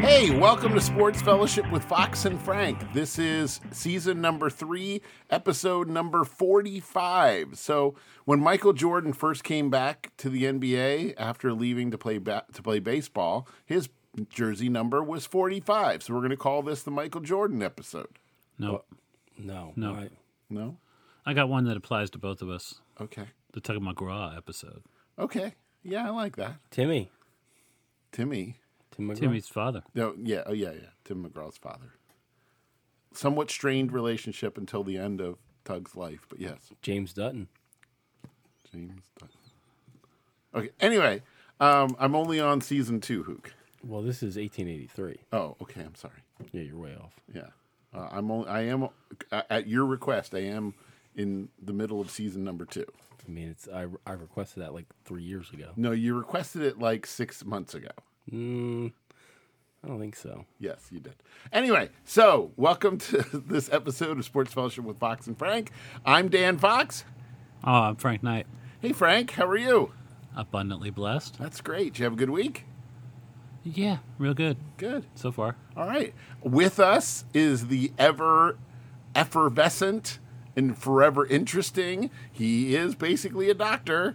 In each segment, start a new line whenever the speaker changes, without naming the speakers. Hey, welcome to Sports Fellowship with Fox and Frank. This is season number three, episode number 45. So, when Michael Jordan first came back to the NBA after leaving to play, ba- to play baseball, his jersey number was 45. So, we're going to call this the Michael Jordan episode.
No,
No.
No.
I-
No?
I got one that applies to both of us.
Okay.
The Tug McGraw episode.
Okay. Yeah, I like that.
Timmy.
Timmy.
Tim McGraw.
Timmy's father.
No, yeah, oh yeah, yeah. Tim McGraw's father. Somewhat strained relationship until the end of Tug's life, but yes,
James Dutton.
James. Tug. Okay. Anyway, um, I'm only on season two, Hook.
Well, this is 1883.
Oh, okay. I'm sorry.
Yeah, you're way off.
Yeah, uh, I'm only. I am uh, at your request. I am in the middle of season number two.
I mean, it's I, I requested that like three years ago.
No, you requested it like six months ago.
Mm, I don't think so.
Yes, you did. Anyway, so welcome to this episode of Sports Fellowship with Fox and Frank. I'm Dan Fox.
Oh, I'm Frank Knight.
Hey, Frank. How are you?
Abundantly blessed.
That's great. You have a good week?
Yeah, real good
Good.
so far.
All right. With us is the ever effervescent and forever interesting. He is basically a doctor.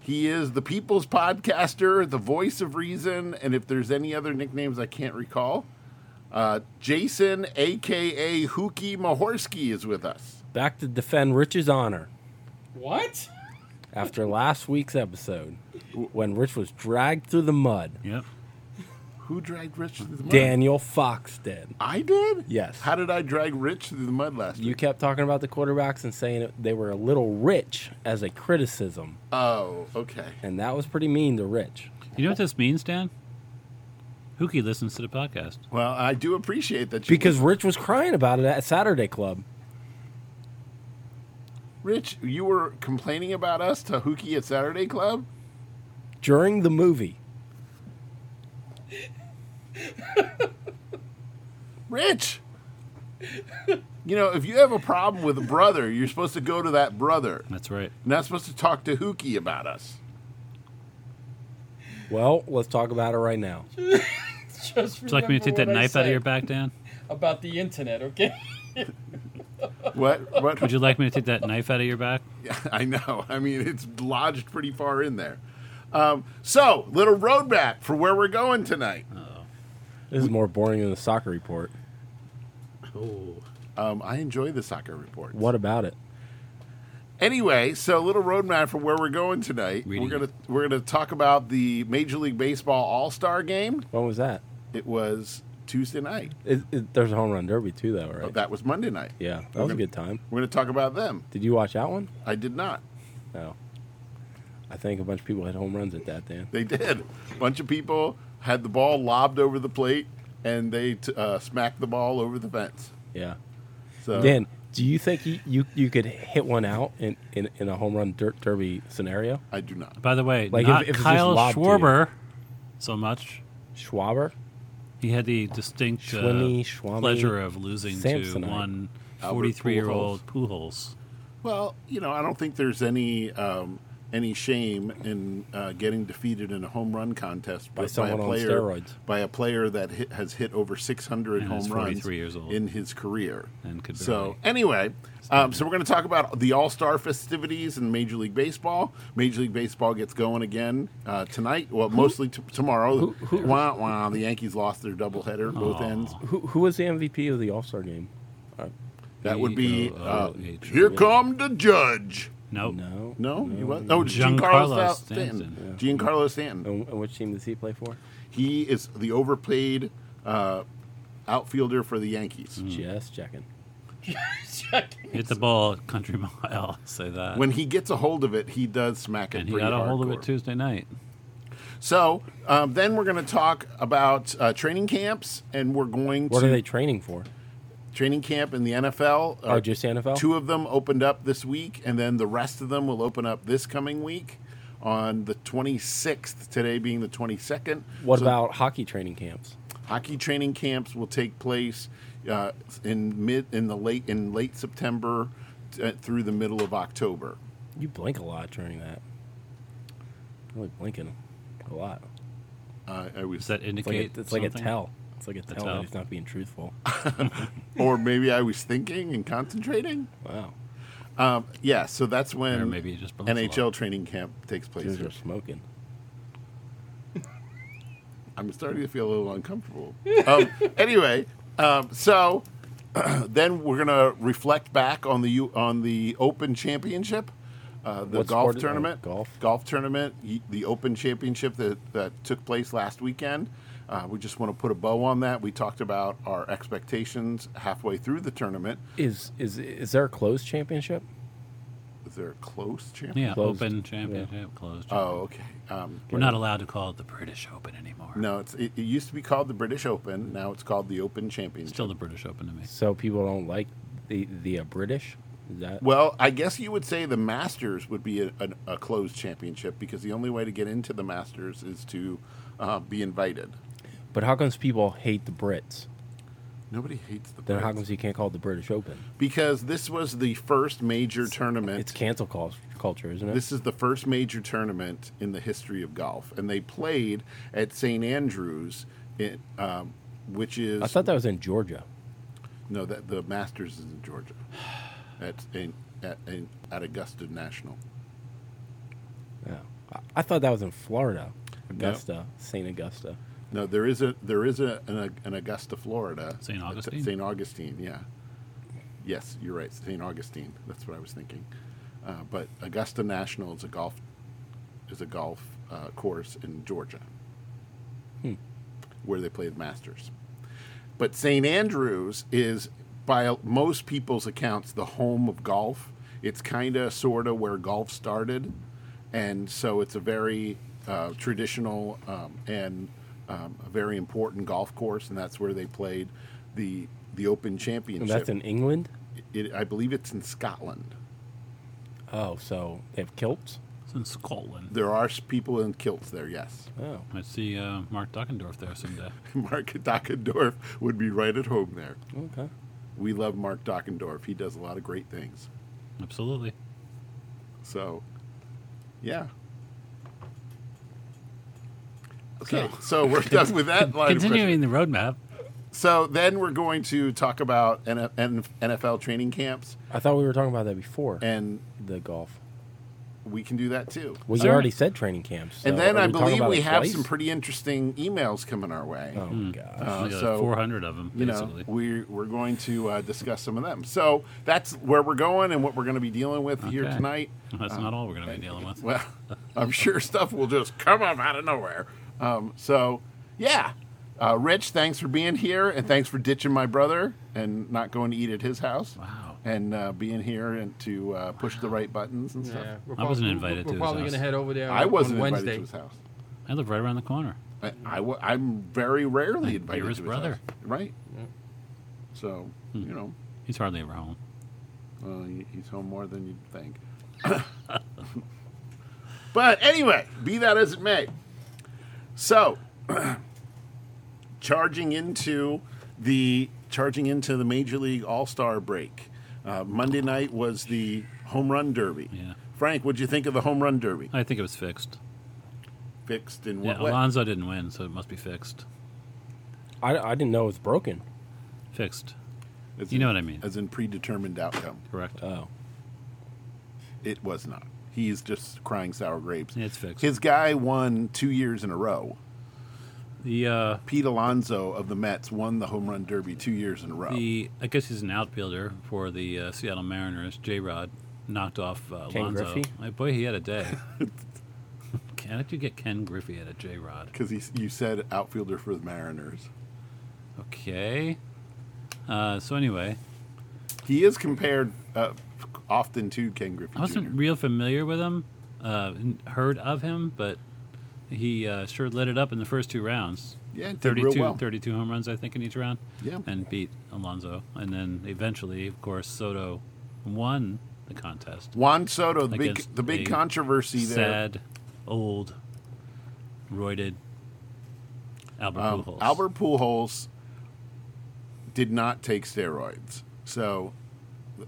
He is the people's podcaster, the voice of reason, and if there's any other nicknames I can't recall, uh, Jason, aka Huki Mahorsky, is with us.
Back to defend Rich's honor
What?
after last week's episode when Rich was dragged through the mud.
Yep.
Who dragged Rich through the mud?
Daniel Fox did.
I did?
Yes.
How did I drag Rich through the mud last
You
week?
kept talking about the quarterbacks and saying they were a little rich as a criticism,
Oh, okay.
and that was pretty mean to Rich.
You know what this means, Dan? Hookie listens to the podcast.
Well, I do appreciate that you
Because Rich was crying about it at Saturday Club.
Rich, you were complaining about us to Hookie at Saturday Club?
during the movie.
Rich! you know, if you have a problem with a brother, you're supposed to go to that brother.
That's right.
You're not supposed to talk to Hookie about us.
Well, let's talk about it right now.
Just
Would you like me to
remember
take that
what I
knife out of
said
your back, Dan?
about the internet, okay?
What? What?
Would you like me to take that knife out of your back?
I know. I mean, it's lodged pretty far in there. Um, so, little roadmap for where we're going tonight.
This is more boring than the soccer report.
Oh.
Um, I enjoy the soccer report.
What about it?
Anyway, so a little roadmap for where we're going tonight.
Reading
We're gonna we're gonna talk about the Major League Baseball All Star Game.
When was that?
It was Tuesday night.
It, it, there's a home run derby too, though, right?
That was Monday night.
yeah, that
We're
was a
gonna-
good time.
We're going to talk about them.
Did you watch that one?
I did not.
No. I think a bunch of people had home runs at that. Dan.
They did. A bunch of people had the ball lobbed over the plate and they t- uh, smacked the ball over the fence.
Yeah.
So
Dan, do you think you, you, you could hit one out in, in, in a home run der- derby scenario?
I do not.
By the way,
Like, if-
not
if it's just
Kyle
lobbed to you.
Schwarber so much.
Schwaber,
He had the distinct uh,
Schwinny, Schwamy,
pleasure of losing to
Samsonite.
one
Albert
43 year old Pujols.
Well, you know, I don't think there's any um, any shame in uh, getting defeated in a home run contest
By
with-
someone on
player
steroids.
by a player that hit, has hit over 600
And
home
is
runs
43 years old.
in his career.
And could
so
barely-
anyway, um, so we're going to talk about the All Star festivities in Major League Baseball. Major League Baseball gets going again uh, tonight. Well, mostly t- tomorrow. wah, wah, the Yankees lost their doubleheader, both ends.
who, who was the MVP of the All Star game? Uh,
That would be
Oh, oh,
uh,
yeah,
here come the judge.
Nope.
no.
Oh, No, he was. Oh,
Giancarlo
Giancarlo Stanton.
Stanton. Oh.
Giancarlo Stanton.
And, and which team does he play for?
He is the overplayed uh, outfielder for the Yankees.
Mm.
Just checking.
Checking.
Hit the ball at country mile. I'll say that.
When he gets a hold of it, he does smack it.
and he
pretty
got a hold of
hardcore.
it Tuesday night.
So um, then we're going to talk about uh, training camps, and we're going
What
to
are they training for?
training camp in the NFL.
Oh, just NFL?
Uh, Two of them opened up this week, and then the rest of them will open up this coming week on the 26th. Today being the 22nd.
What
So
about hockey training camps?
hockey training camps will take place uh, in mid in the late in late September uh, through the middle of October.
You blink a lot during that. Really blinking a lot.
Uh, I was
Does that
It's like,
indicate
Uh,
a, it's like a
something?
tell. It's like a
That's
tell that
how.
he's not being truthful.
or maybe I was thinking and concentrating.
Wow.
Um, yeah, so that's when
Or maybe it just blows a lot.
NHL training camp takes place.
Dudes are smoking.
I'm starting to feel a little uncomfortable. um, anyway, um, so then we're gonna reflect back on the U- on the Open Championship, uh, the
What
golf
sport is- oh,
tournament,
golf.
golf tournament, y- the Open Championship that that took place last weekend. Uh, we just want to put a bow on that. We talked about our expectations halfway through the tournament.
Is is is there a closed championship?
Is there a close championship?
Yeah,
Closed.
open championship, closed.
Oh, okay. Um,
We're not allowed to call it the British Open anymore.
no, it's, it, it used to be called the British Open. Now it's called the Open Championship.
Still the British Open to me.
So people don't like the the uh, British. Is that
Well, I guess you would say the Masters would be a, a, a closed championship because the only way to get into the Masters is to uh, be invited.
But how comes people hate the Brits?
Nobody hates the
Then how
Brits.
comes you can't call it the British Open?
because this was the first major tournament.
It's cancel cul- culture, isn't it?
This is the first major tournament in the history of golf, and they played at St Andrews, in, um, which is
I thought that was in Georgia.
no, that the Masters is in Georgia, at in, at in, at Augusta National.
Yeah. I, I thought that was in Florida,
No.
Augusta, Saint Augusta.
No, there is a there is a an, an Augusta, Florida.
St. Augustine?
St. Augustine, yeah. Yes, you're right. St. Augustine. That's what I was thinking. Uh, but Augusta National is a golf is a golf uh, course in Georgia,
Hmm.
where they play the Masters. But St. Andrews is, by most people's accounts, the home of golf. It's kind of, sort of where golf started. And so it's a very uh, traditional um, and um, a very important golf course. And that's where they played the, the Open Championship.
And that's in England.
it, I believe it's in Scotland.
Oh, so they have kilts.
It's in Scotland.
There are s- people in kilts there, yes.
Oh,
Might see uh, Mark Duckendorf there someday.
Mark Dockendorf would be right at home there.
okay.
We love Mark Dockendorf. He does a lot of great things.
Absolutely.
So, yeah. Okay, so, we're done with that line. of
Continuing the roadmap.
questioning. So then we're going to talk about N- N- NFL training camps,
I thought we were talking about that before.
and
the golf.
we can do that too.
Well, you
Sorry.
already said training camps.
and
so
then
are
I
talking
believe
about
we
it
have
twice?
some pretty interesting emails coming our way.
Oh
Hmm.
gosh.
Uh,
We got
so-
400 of them,
you know,
basically.
we're, we're going to uh, discuss some of them. So that's where we're going and what we're going to be dealing with here
Okay.
tonight.
That's not all we're going to be dealing with.
Well, I'm sure stuff will just come up out of nowhere. Um, so, yeah. Uh, Rich, thanks for being here and thanks for ditching my brother and not going to eat at his house.
Wow.
And uh, being here and to uh, push the right buttons and stuff.
Yeah, we're
I wasn't invited to
We're,
his
probably
house.
gonna head over there.
I
on-
wasn't
on
invited
Wednesday.
to his house.
I live right around the corner.
I, I, am very rarely invited
his
to his
brother.
house. Right? So,
Hmm.
you know,
He's hardly ever home.
well, he- he's home more than you'd think. but anyway, be that as it may. So, charging into the charging into the Major League All Star break. Uh, Monday night was the home run derby.
Yeah.
Frank, what'd you think of the home run derby?
I think it was fixed.
Fixed in
Yeah,
what way?
Alonzo didn't win, so it must be fixed.
I, I didn't know it was broken.
Fixed.
As
you
in-
know what I mean.
As in predetermined outcome.
Correct.
Oh,
It was not. He's just crying sour grapes.
Yeah, it's fixed.
His guy won two years in a row.
the uh,
Pete Alonso of the Mets won the home run derby two years in a row.
the I guess he's an outfielder for the uh, Seattle Mariners. J. Rod knocked off uh,
Ken
Alonzo.
Griffey?
Uh, boy, he had a day. Ken- How did you get Ken Griffey out of J. Rod?
Because you said outfielder for the Mariners.
Okay. Uh, so anyway,
He is compared uh, often to Ken Griffey
I wasn't
Jr.
real familiar with him, uh, n- heard of him, but he uh, sure lit it up in the first two rounds.
Yeah, did real
32,
well.
32 home runs, I think, in each round.
Yeah.
And beat Alonso. And then eventually, of course, Soto won the contest.
Juan Soto, the big,
Against
the big
a
controversy there.
Sad, old, roided Albert
Um,
Pujols.
Albert Pujols did not take steroids, so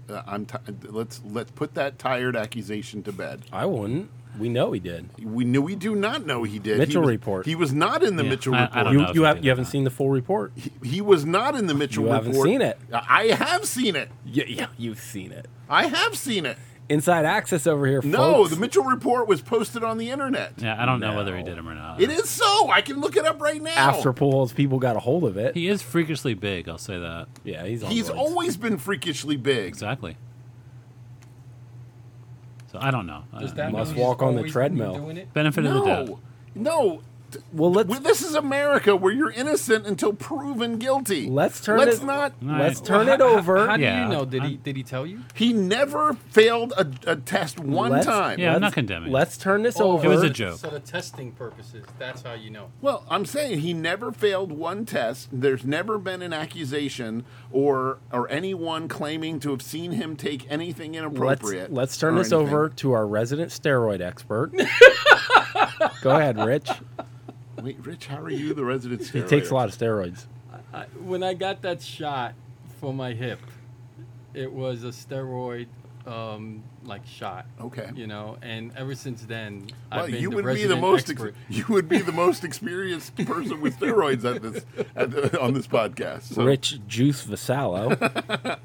uh, I'm t- let's let's put that tired accusation to bed.
I wouldn't. We know he did.
We knew we do not know he did. he
Mitchell
was,
report.
He was not in the
Yeah,
Mitchell
I- I
report.
don't know
You
if
you,
he
have,
did
you
or
haven't
not.
seen the full report.
He was not in the Mitchell
You
report.
haven't seen it.
I have seen it.
Yeah, yeah, you've seen it.
I have seen it.
Inside access over here.
No,
folks.
the Mitchell report was posted on the internet.
Yeah, I don't know whether he
No.
did him or not.
It is so. I can look it up right now.
after polls, people got a hold of it.
He is freakishly big. I'll say that
yeah, he's on
He's
roids.
always been freakishly big.
exactly. So I don't know.
Does
Uh,
that
Must
mean he's
walk on the
always been
treadmill.
Doing it?
benefit of the doubt.
No, no. T-
Well, let's
well, This is America, where you're innocent until proven guilty.
Let's turn
Let's
it-
not.
let's
I-
turn
Well,
it
how- how-
over.
How, do
Yeah,
you know? Did he
I'm-
did he tell you?
He never failed a, a test one
Let's-
time.
Yeah, I'm not
let's-
condemning.
Let's turn this
Oh,
over.
It was a joke.
So the testing purposes, that's how you know.
Well, I'm saying he never failed one test. There's never been an accusation or or anyone claiming to have seen him take anything
Let's,
inappropriate.
let's turn
or
this
anything.
over to our resident steroid expert. Go ahead, Rich.
Wait, Rich, how are you, the resident
He
steroid?
takes a lot of steroids.
I, when I got that shot for my hip, it was a steroid um, like shot.
Okay.
You know, and ever since then,
Well,
I've been
you
the
would be the
resident
most ex-
expert.
you would be the most experienced person with steroids at this at the, on this podcast. So,
Rich Juice Vassallo.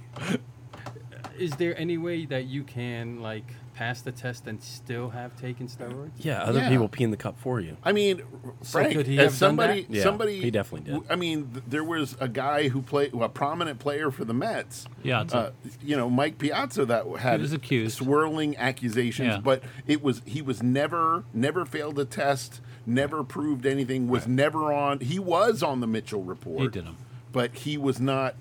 Is there any way that you can like pass the test and still have taken steroids?
yeah, other
Yeah.
people pee in the cup for you.
I mean, Frank,
could he have
as
done
somebody,
that? Yeah,
somebody,
he definitely did.
I mean, th- there was a guy who played a prominent player for the Mets.
Piazza.
uh, you know, Mike Piazza that had
He was accused.
swirling accusations,
Yeah.
but it was he was never never failed a test, never proved anything, was never on. He was on the Mitchell report.
He did 'em.
but he was not.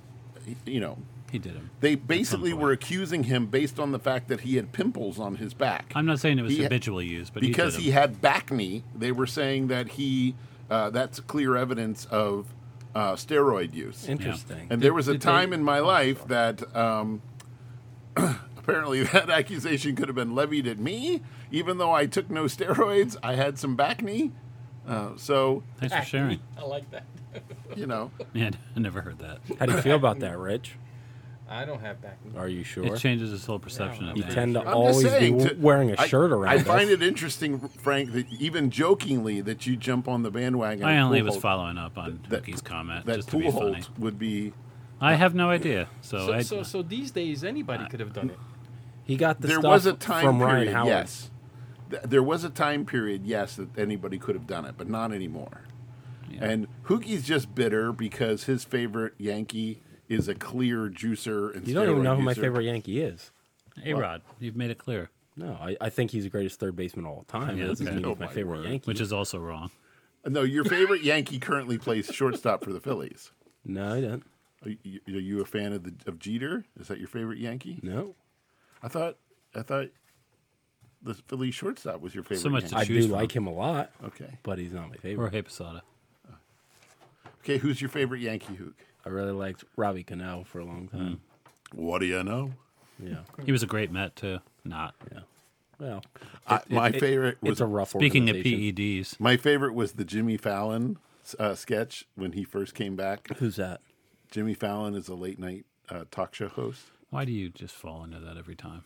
You know,
He did him.
they basically
point.
were accusing him based on the fact that he had pimples on his back
I'm not saying it was
He-
habitually used, but
because
he,
he
did 'em.
had back knee. They were saying that he uh, that's clear evidence of uh, steroid use.
Interesting.
And there was a
did they-
time in my life that um, apparently that accusation could have been levied at me, even though I took no steroids. I had some back knee, uh, so
Thanks for sharing.
I like that.
you know.
Man, I never heard that.
How do you feel about that, Rich?
I don't have back.
Are you sure?
It changes his whole perception
Yeah,
of
You
things.
tend to
I'm
always
just saying
be
to-
wearing a
I-
shirt around.
I find
us.
it interesting, Frank, that even jokingly that you jump on the bandwagon.
I
of
only was
Pujols-
following up on
that-
Hookie's comment
that
just to be funny.
Pujols would be.
I have no idea. So,
So,
I,
so, so these days, anybody could have done it.
He got the
there
stuff
was a time
from
period,
Ryan Howard.
yes. Th- There was a time period, yes, that anybody could have done it, but not anymore. And Hookie's just bitter because his favorite Yankee is a clear juicer. And
You don't even
steroid
know who my
user.
favorite Yankee is.
A Rod, you've made it clear,
No, I, I think he's the greatest third baseman of all time.
Yeah,
that doesn't
okay.
mean
Oh
he's my
my
favorite
word.
Yankee.
which is also wrong.
No, your favorite Yankee currently plays shortstop for the Phillies.
no, he didn't.
Are you, are you a fan of the of Jeter? Is that your favorite Yankee?
No,
I thought I thought the Phillies shortstop was your favorite.
So much
Yankee.
to
I do
choose from.
like him a lot,
okay.
but he's not my
Or
favorite.
Hey Posada.
Okay, who's your favorite Yankee hook?
I really liked Robbie Cano for a long time.
What do you know?
Yeah,
He was a great Met too. Not
well,
I, my
it-
favorite was
it's a rough.
speaking of E,
organization.
PEDs.
My favorite was the Jimmy Fallon uh, sketch when he first came back.
who's that?
Jimmy Fallon is a late night uh, talk show host,
Why do you just fall into that every time?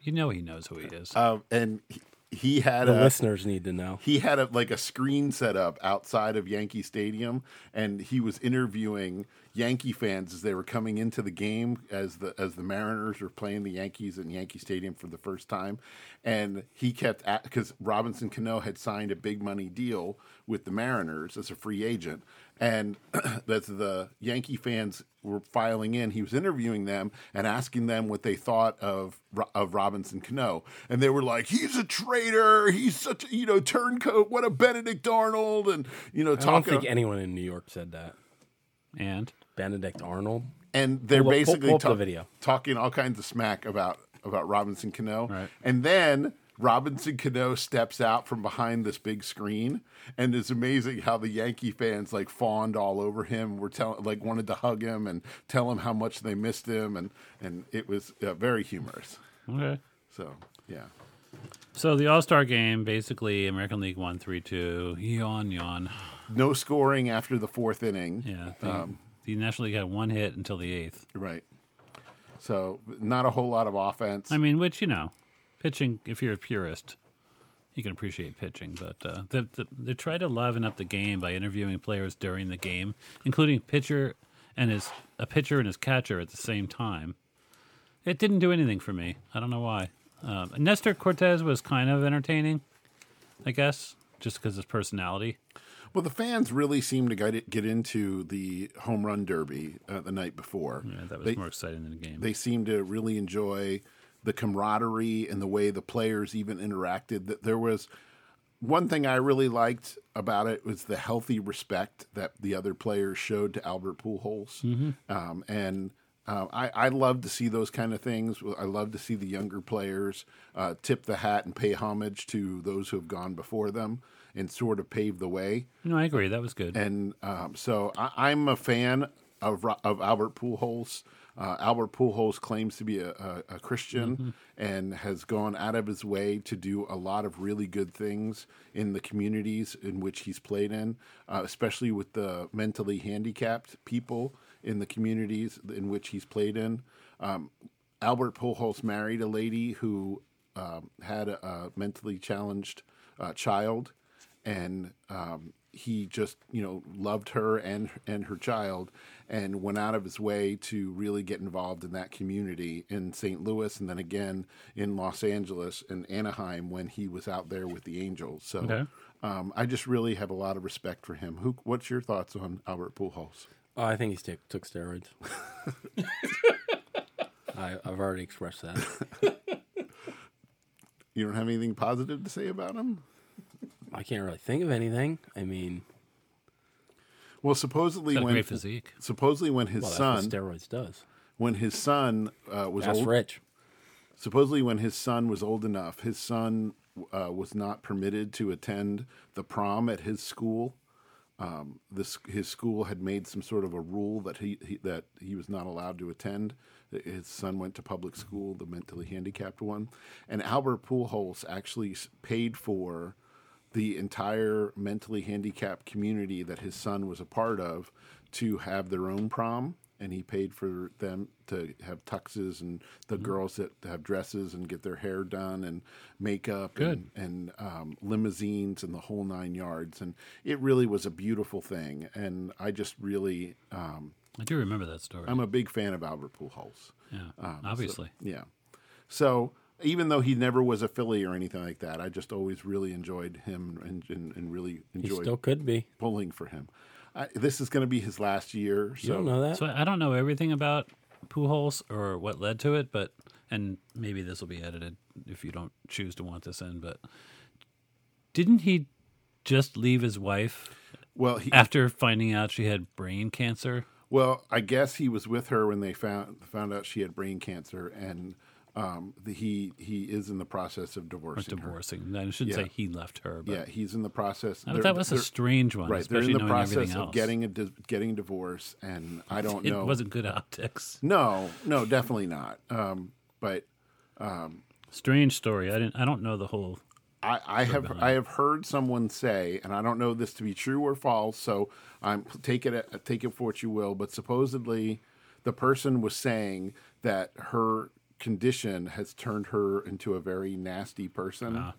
You know he knows who he is.
uh, and he, he had
The
a
listeners need to know.
he had a, like a screen set up outside of Yankee Stadium, and he was interviewing Yankee fans as they were coming into the game as the as the Mariners were playing the Yankees in Yankee Stadium for the first time, and he kept at because Robinson Cano had signed a big money deal with the Mariners as a free agent, and that's the Yankee fans were filing in. He was interviewing them and asking them what they thought of Ro- of Robinson Cano, and they were like, "He's a traitor. He's such a you know turncoat. What a Benedict Arnold!" And you know,
I don't
talking
think anyone in New York said that.
and
Benedict Arnold.
and they're
Pull up- pull-
basically
pull up the
ta-
video.
talking all kinds of smack about about Robinson Cano,
Right.
and then. Robinson Cano steps out from behind this big screen, and it's amazing how the Yankee fans like fawned all over him. Were telling like wanted to hug him and tell him how much they missed him, and and it was uh, very humorous.
okay.
So yeah,
So the All Star game, basically American League one three two. Yawn yawn.
no scoring after the fourth inning.
Yeah. The, the National League had one hit until the eighth.
Right. So not a whole lot of offense.
I mean, which you know, pitching if you're a purist, you can appreciate pitching. But uh, the, the, they try to liven up the game by interviewing players during the game, including pitcher and his a pitcher and his catcher at the same time. It didn't do anything for me. I don't know why. Um, Nestor Cortez was kind of entertaining, I guess, just because his personality.
Well, the fans really seemed to get get into the home run derby uh, the night before.
Yeah, that was
They-
more exciting than the game.
they seemed to really enjoy the camaraderie and the way the players even interacted that there was one thing i really liked about it was the healthy respect that the other players showed to albert pujols
Mm-hmm.
um, and uh, I, I love to see those kind of things. I love to see the younger players uh, tip the hat and pay homage to those who have gone before them and sort of pave the way.
no, I agree. That was good.
And um, so I, I'm a fan of Ro- of Albert Pujols. Uh, Albert Pujols claims to be a, a, a Christian and has gone out of his way to do a lot of really good things in the communities in which he's played in, uh, especially with the mentally handicapped people in the communities in which he's played in. Um, Albert Pujols married a lady who um, had a, a mentally challenged uh, child, and um, he just you know loved her and and her child and went out of his way to really get involved in that community in St. Louis and then again in Los Angeles and Anaheim when he was out there with the Angels. So
Okay.
um, I just really have a lot of respect for him. Who, what's your thoughts on Albert Pujols?
Oh, I think he took took steroids. I, I've already expressed that.
You don't have anything positive to say about him?
I can't really think of anything. I mean,
Well, supposedly
Got a
when
great physique.
supposedly when his
well, that's
son
what steroids does.
when his son uh, was
That's
old,
rich.
supposedly when his son was old enough, his son uh, was not permitted to attend the prom at his school. Um, this his school had made some sort of a rule that he, he that he was not allowed to attend. His son went to public school, the mentally handicapped one, and Albert Pujols actually s- paid for the entire mentally handicapped community that his son was a part of to have their own prom and he paid for them to have tuxes and the
Mm-hmm.
girls that to have dresses and get their hair done and makeup
Good.
and, and um, limousines and the whole nine yards and it really was a beautiful thing and i just really um,
I do remember that story.
i'm a big fan of albert pujols
yeah,
um,
obviously.
yeah. So even though he never was a Philly or anything like that, I just always really enjoyed him and, and, and really
He
enjoyed
still could be.
pulling for him. I, this is going to be his last year.
You
So
don't know that.
So I don't know everything about Pujols or what led to it, but and maybe this will be edited if you don't choose to want this in. But didn't he just leave his wife
well, he,
after finding out she had brain cancer?
well, I guess he was with her when they found found out she had brain cancer, and um, the, he he is in the process of divorcing her.
Divorcing. I shouldn't say he left her, but
Yeah, he's in the process.
I thought
they're-
that was a
they're-
strange one.
right. They're in
especially
the
knowing
process
everything
of
else.
getting a dis- getting a divorce, and I don't
It
know.
wasn't good optics.
no, no, definitely not. Um, but
Strange story. I didn't. I don't know the whole.
I, I have I have heard someone say, and I don't know this to be true or false, so I'm take it uh, take it for what you will. But supposedly, the person was saying that her condition has turned her into a very nasty person.
Ah.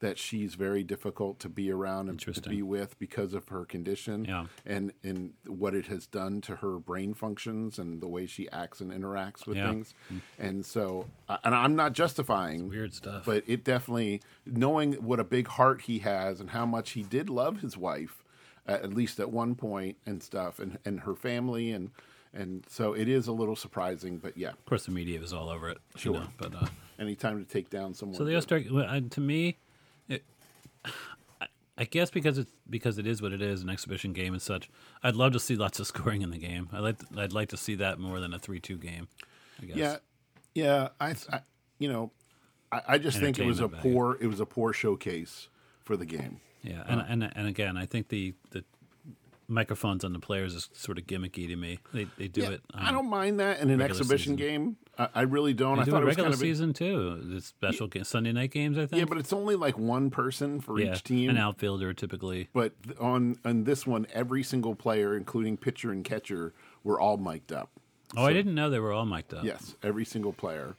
That she's very difficult to be around and to
Interesting.
be with because of her condition
Yeah.
and and what it has done to her brain functions and the way she acts and interacts with
Yeah. Hmm.
things. And so, I- and I'm not justifying
Weird stuff.
but it definitely knowing what a big heart he has and how much he did love his wife at, at least at one point and stuff and and her family and and so it is a little surprising but yeah
Of course, the media was all over it. Sure, but. Uh,
anytime to take down someone
So the All-Star, well, uh, to me, it, I- I guess because it's because it is what it is, an exhibition game and such. I'd love to see lots of scoring in the game. I like I'd like to see that more than a three-two game. I guess.
yeah yeah i, I you know i, I just think it was a
Entertainment value.
poor it was a poor showcase for the game
Yeah, and and and again, I think the the microphones on the players is sort of gimmicky to me. They they do
yeah,
it.
i
um,
don't mind that in an
regular
exhibition
season.
game i, I really don't i
They do
thought
it
it was
regular
kind of a-
season too. The special ga- Sunday night games, I think.
yeah but it's only like one person for
Yeah,
each team
an outfielder typically.
But th- on on this one, every single player, including pitcher and catcher, were all mic'd up.
Oh, I Oh. didn't know they were all mic'd up.
Yes, every single player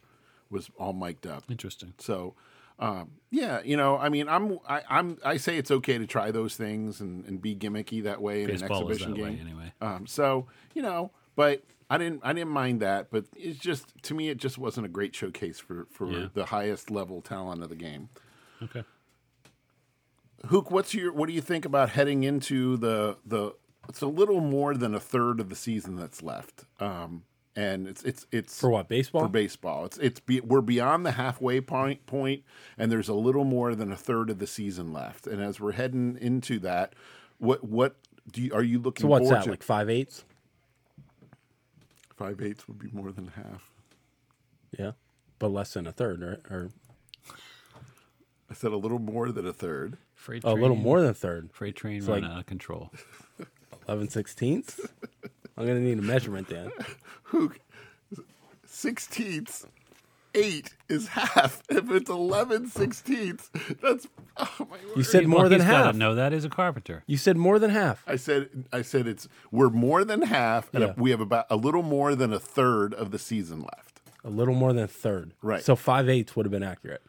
was all mic'd up.
interesting.
So Um, yeah, you know, I mean, I'm I, I'm I say it's okay to try those things and, and be gimmicky that way in an
Baseball is
exhibition
that
game.
way anyway.
Um, so you know, but I didn't I didn't mind that, but it's just to me it just wasn't a great showcase for for
Yeah.
the highest level talent of the game.
Okay.
Hook, what's your what do you think about heading into the the? It's a little more than a third of the season that's left, um, and it's it's it's
For what? Baseball?
for baseball. It's it's be, we're beyond the halfway point point, and there's a little more than a third of the season left. And as we're heading into that, what what do you, are you looking?
so what's
forward
that?
to?
Like five eighths?
five eighths would be more than half.
Yeah. But less than a third, or, or
I said a little more than a third.
Freight
oh, a
train,
little more than a third.
Freight train
like-
run out of control.
11 sixteenths? I'm going to need a measurement then.
Hook sixteenths. Eight is half. If it's eleven sixteenths, that's oh my word.
You said more
well,
than
he's
half.
Gotta know that is a carpenter.
You said more than half.
I said I said it's we're more than half, and
Yeah.
we have about a little more than a third of the season left.
A little more than a third.
Right.
So five eighths would have been accurate.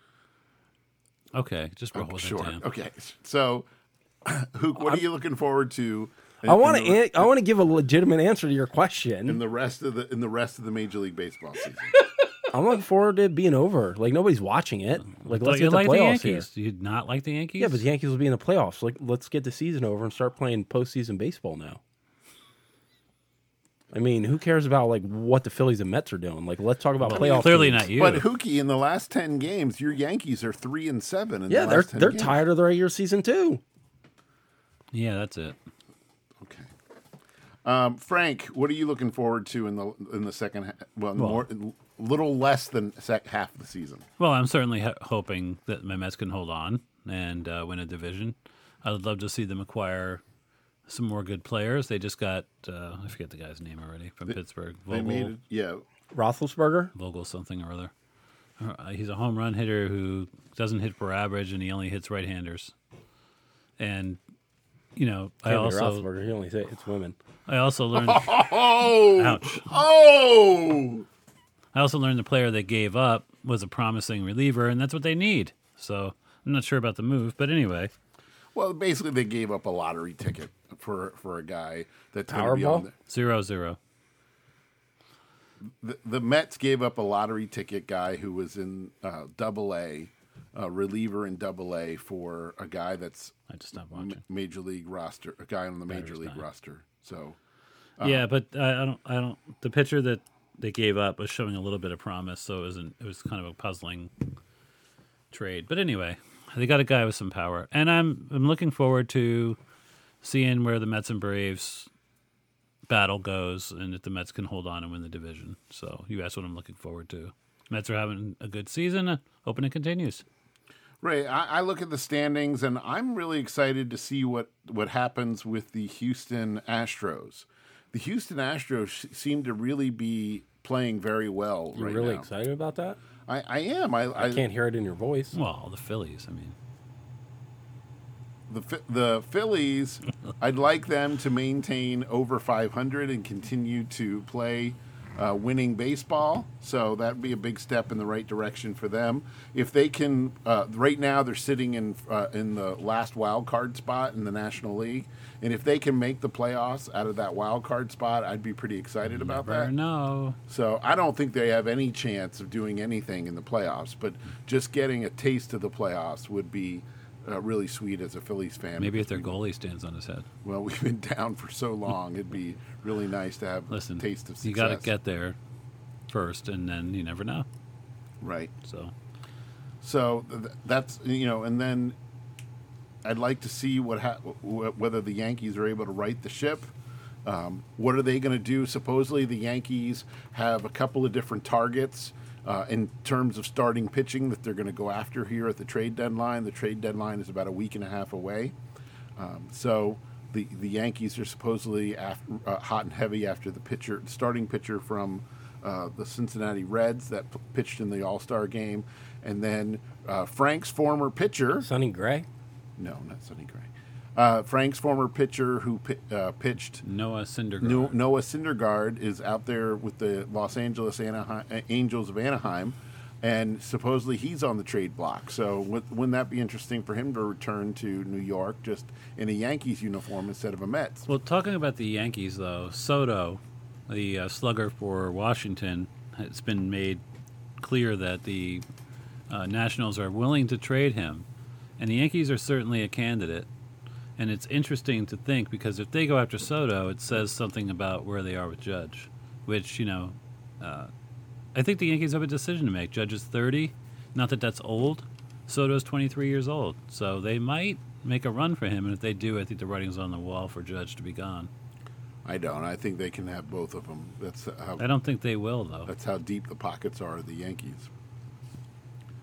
Okay, just
Oh,
roll with
Sure.
it. Dan.
Okay. So, Hook, what are you looking forward to? in-
I want
in
to.
the,
An- I want to give a legitimate answer to your question.
in the rest of the in the rest of the Major League Baseball season.
I'm looking forward to it being over. Like nobody's watching it. Like
Don't
let's
you
get the
like the
playoffs here.
Yankees? Do you not like the Yankees?
Yeah, but the Yankees will be in the playoffs. Like let's get the season over and start playing postseason baseball now. I mean, who cares about like what the Phillies and Mets are doing? Like let's talk about playoffs.
clearly not you.
But Hookie, in the last ten games, your Yankees are three and seven. In
Yeah,
the
they're
last 10
they're
games.
tired of the regular season too.
yeah, that's it.
Okay. Um, Frank, what are you looking forward to in the in the second? ha- Well, in the more little less than sec, half of the season.
Well, I'm certainly ho- hoping that my Mets can hold on and uh, win a division. I would love to see them acquire some more good players. They just got uh, I forget the guy's name already from Pittsburgh.
They
Vogel,
made it. Yeah.
Roethlisberger.
Vogel something or other. Uh, He's a home run hitter who doesn't hit for average and he only hits right-handers. And you know, I
Can't be
also
Roethlisberger. He only say it's women.
I also learned
Oh.
Ouch.
Oh.
I also learned the player they gave up was a promising reliever, and that's what they need. So I'm not sure about the move, but anyway,
Well, basically, they gave up a lottery ticket for for a guy that's going to be
Powerball?
on there.
zero zero.
the, the Mets gave up a lottery ticket guy who was in uh, Double A, a reliever in Double A for a guy that's
I just stopped
m-
watching.
major league roster, a guy on the major
Batter's
league
dying.
roster. So
yeah, but I, I don't. I don't. The pitcher that they gave up was showing a little bit of promise, so it wasn't. It was kind of a puzzling trade. But anyway, they got a guy with some power, and I'm I'm looking forward to seeing where the Mets and Braves battle goes, and if the Mets can hold on and win the division. So you asked what I'm looking forward to. Mets are having a good season. Uh, Hoping it continues.
Ray, I, I look at the standings and I'm really excited to see what, what happens with the Houston Astros. The Houston Astros sh- seem to really be playing very well
You're
right
really
now.
excited about that?
I, I am. I,
I can't hear it in your voice.
Well, the Phillies. I mean,
The Phi- the Phillies, I'd like them to maintain over 500 and continue to play uh, winning baseball. So that'd be a big step in the right direction for them. If they can, uh, right now they're sitting in uh, in the last wild card spot in the National League, and if they can make the playoffs out of that wild card spot, I'd be pretty excited about that.
or no.
So I don't think they have any chance of doing anything in the playoffs, but just getting a taste of the playoffs would be uh, really sweet as a Phillies fan.
Maybe if their goalie stands on his head.
Well, we've been down for so long, it'd be really nice to have
Listen,
a taste of success.
you got to get there first, and then you never know.
right.
So
So th- that's you know, and then I'd like to see what ha- wh- whether the Yankees are able to right the ship. Um, what are they going to do? Supposedly, the Yankees have a couple of different targets uh, in terms of starting pitching that they're going to go after here at the trade deadline. The trade deadline is about a week and a half away. Um, so the the Yankees are supposedly af uh, hot and heavy after the pitcher, starting pitcher from uh, the Cincinnati Reds that p- pitched in the All Star game, and then uh, Frank's former pitcher.
Sonny Gray.
No, not Sonny Gray. Uh, Frank's former pitcher who pi- uh, pitched
Noah Syndergaard.
No- Noah Syndergaard is out there with the Los Angeles Anaheim, Angels uh, of Anaheim. and supposedly he's on the trade block. So wou- wouldn't that be interesting for him to return to New York just in a Yankees uniform instead of a Mets?
Well, talking about the Yankees, though, Soto, the uh, slugger for Washington, it's been made clear that the uh, Nationals are willing to trade him, and the Yankees are certainly a candidate. And it's interesting to think because if they go after Soto, it says something about where they are with Judge, which you know, uh, I think the Yankees have a decision to make. Judge is thirty, not that that's old. Soto's twenty-three years old, so they might make a run for him. And if they do, I think the writing's on the wall for Judge to be gone.
I don't. I think they can have both of them. That's how.
I don't think they will, though.
That's how deep the pockets are of the Yankees.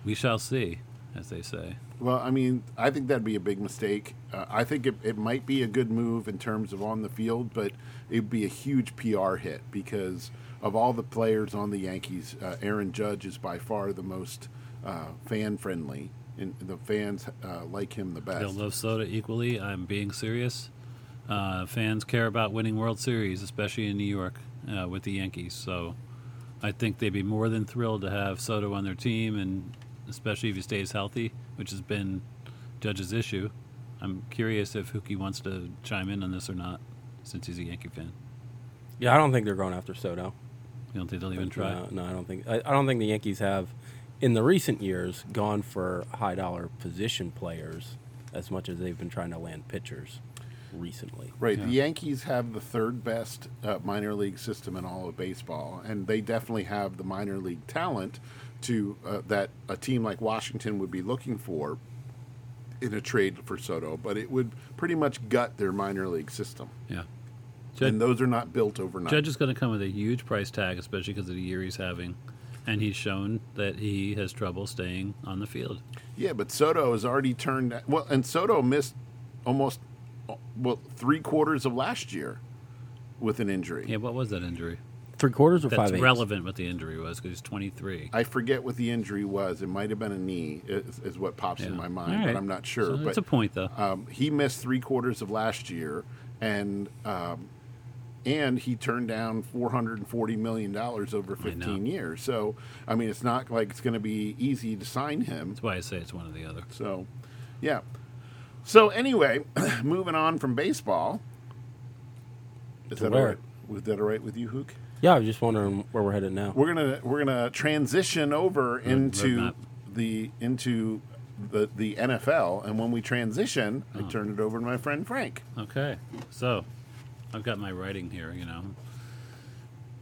We shall see, as they say.
Well, I mean, I think that'd be a big mistake. Uh, I think it, it might be a good move in terms of on the field, but it'd be a huge PR hit because of all the players on the Yankees, uh, Aaron Judge is by far the most uh, fan friendly, and the fans uh, like him the
They'll
best.
love soda equally. I'm being serious. Uh, fans care about winning World Series, especially in New York uh, with the Yankees. So I think they'd be more than thrilled to have Soto on their team, and especially if he stays healthy, which has been Judge's issue. I'm curious if Hookie wants to chime in on this or not, since he's a Yankee fan.
Yeah, I don't think they're going after Soto.
You don't think they'll even try?
No, no, I don't think. I, I don't think the Yankees have, in the recent years, gone for high dollar position players as much as they've been trying to land pitchers recently.
Right, the Yankees have the third best uh, minor league system in all of baseball, and they definitely have the minor league talent to uh, that a team like Washington would be looking for in a trade for Soto. But it would pretty much gut their minor league system.
Yeah. Judge-
and those are not built overnight.
Judge is going to come with a huge price tag, especially because of the year he's having, and he's shown that he has trouble staying on the field.
yeah, but Soto has already turned well, and Soto missed almost uh, well three quarters of last year with an injury.
Yeah, what was that injury?
Three quarters or
That's
five eighths?
relevant. What the injury was because he's 23.
I forget what the injury was. It might have been a knee, is, is what pops in
Yeah.
my mind,
All right.
but I'm not sure.
So
but
that's a point, though.
um, he missed three quarters of last year, and um, and he turned down 440 million dollars over 15 years. So, I mean, it's not like it's going to be easy to sign him.
That's why I say it's one or the other.
So, yeah. So anyway, moving on from baseball. Is
To
that all
where?
right? Was that all right with you, Hook?
Yeah, I was just wondering where we're headed now.
We're gonna we're gonna transition over into
roadmap.
the into the the NFL, and when we transition, I turn it over to my friend Frank.
Okay. So, I've got my writing here, you know.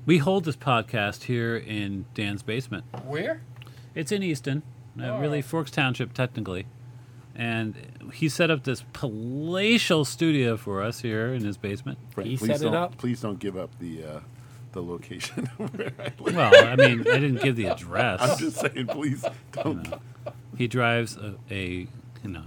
We hold this podcast here in Dan's basement.
Where?
It's in Easton, uh,
Oh.
really Forks Township, technically. And he set up this palatial studio for us here in his basement.
Frank,
He
please
set it
don't,
up?
Please don't give up the uh, the location.
Well, I mean, I didn't give the address.
I'm just saying, please don't.
He drives a, a you know,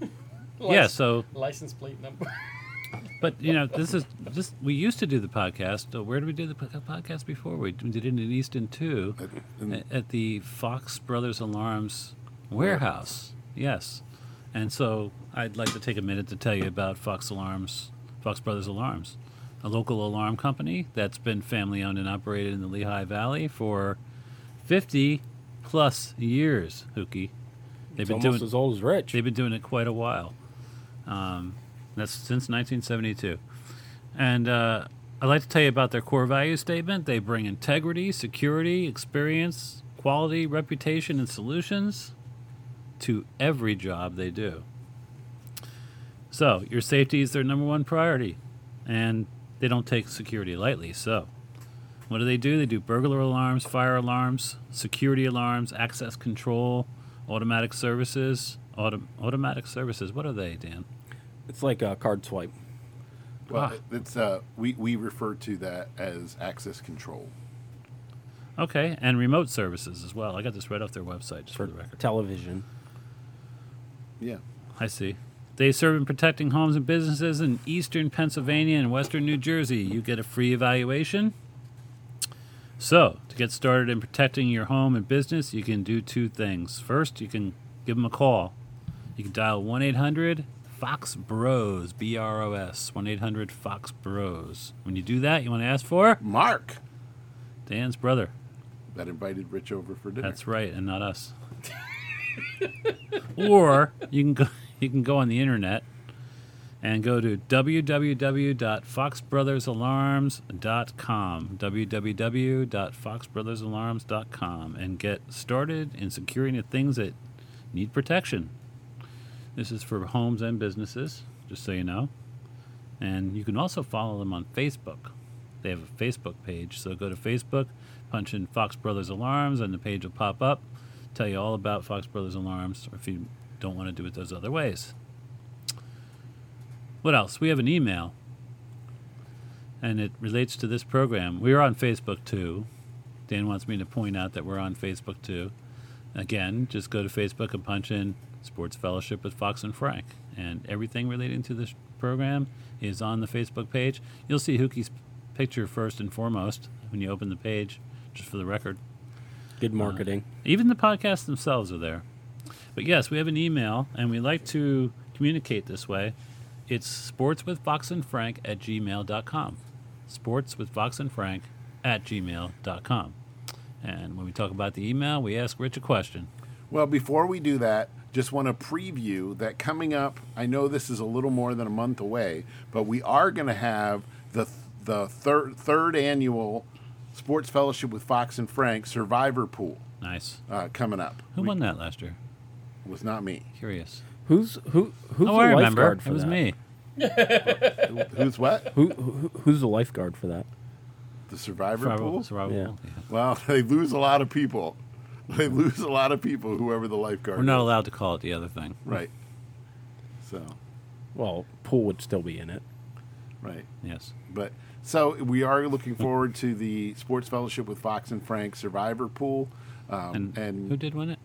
Lic-
yeah. So,
License plate number.
but you know, this is this. We used to do the podcast. Uh, where did we do the po- podcast before? We did it in Easton too, at, at the Fox Brothers Alarms warehouse. Yes, and so I'd like to take a minute to tell you about Fox Alarms, Fox Brothers Alarms, a local alarm company that's been family owned and operated in the Lehigh Valley for fifty plus years. Hookie, they've
it's almost as old as Rich.
They've been doing it quite a while. Um, that's since 1972. And uh, I'd like to tell you about their core value statement. They bring integrity, security, experience, quality, reputation, and solutions to every job they do. So, your safety is their number one priority, and they don't take security lightly. So, what do they do? They do burglar alarms, fire alarms, security alarms, access control, automatic services. Autom- automatic services. What are they, Dan?
It's like a card swipe.
Well,
Ah.
it's uh, we we refer to that as access control.
Okay, and remote services as well. I got this right off their website, just for,
for
the record.
television.
Yeah,
I see. They serve in protecting homes and businesses in eastern Pennsylvania and western New Jersey. You get a free evaluation. So, to get started in protecting your home and business, you can do two things. First, you can give them a call. You can dial 1 800 Fox Bros, B R O S, 1 800 Fox Bros. When you do that, you want to ask for
Mark.
Dan's brother.
that invited Rich over for dinner.
That's right, and not us. or you can go you can go on the internet and go to www.foxbrothersalarms.com www.foxbrothersalarms.com and get started in securing the things that need protection. This is for homes and businesses, just so you know. And you can also follow them on Facebook. They have a Facebook page, so go to Facebook, punch in Fox Brothers Alarms, and the page will pop up, tell you all about Fox Brothers Alarms, or if you don't want to do it those other ways. What else? We have an email, and it relates to this program. We are on Facebook too. Dan wants me to point out that we're on Facebook too. Again, just go to Facebook and punch in Sports Fellowship with Fox and Frank. And everything relating to this program is on the Facebook page. You'll see Hookie's picture first and foremost when you open the page, just for the record.
Good
Uh-huh.
marketing.
Even the podcasts themselves are there. But yes, we have an email, and we like to communicate this way. It's sportswithfoxandfrank at gmail.com. Sportswithfoxandfrank at gmail.com. And when we talk about the email, we ask Rich a question.
Well, before we do that, just want to preview that coming up. I know this is a little more than a month away, but we are going to have the the third third annual sports fellowship with Fox and Frank Survivor Pool
Nice.
uh, coming up.
Who won that last year?
It was not me.
Curious.
Who's who? Who's
oh,
the
I remember.
lifeguard
It
for
was
that?
me.
Who's what?
Who, who who's the lifeguard for that?
The Survivor
Survival.
Pool.
survival.
Yeah.
pool, yeah.
Well, they lose a lot of people. They lose a lot of people. Whoever the lifeguard.
We're not
is.
allowed to call it the other thing.
Right. So,
Well, pool would still be in it.
right.
Yes.
But so we are looking forward to the sports fellowship with Fox and Frank Survivor Pool, um, and,
And, who did win it?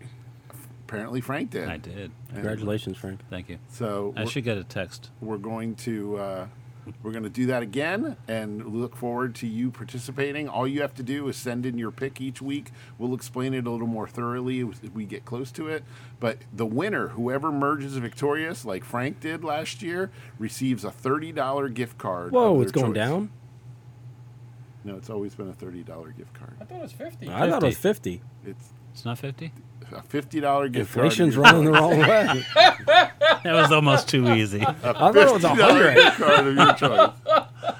apparently Frank Uh, did.
I did.
Congratulations, Frank.
Thank you.
So
I
we're,
should get a text.
we're going to uh, we're going to do that again, and look forward to you participating. All you have to do is send in your pick each week. We'll explain it a little more thoroughly as we get close to it. But the winner, whoever merges victorious, like Frank did last year, receives a thirty dollar gift card. of
Whoa,
their
it's going
choice.
down.
No, it's always been a thirty dollar gift card.
I thought it was 50.
I thought it was fifty.
It's
It's not 50?
a fifty dollar gift
Inflation's
card.
running the wrong way. I
That was almost too easy.
thought it was a
$50
hundred.
gift card of your choice.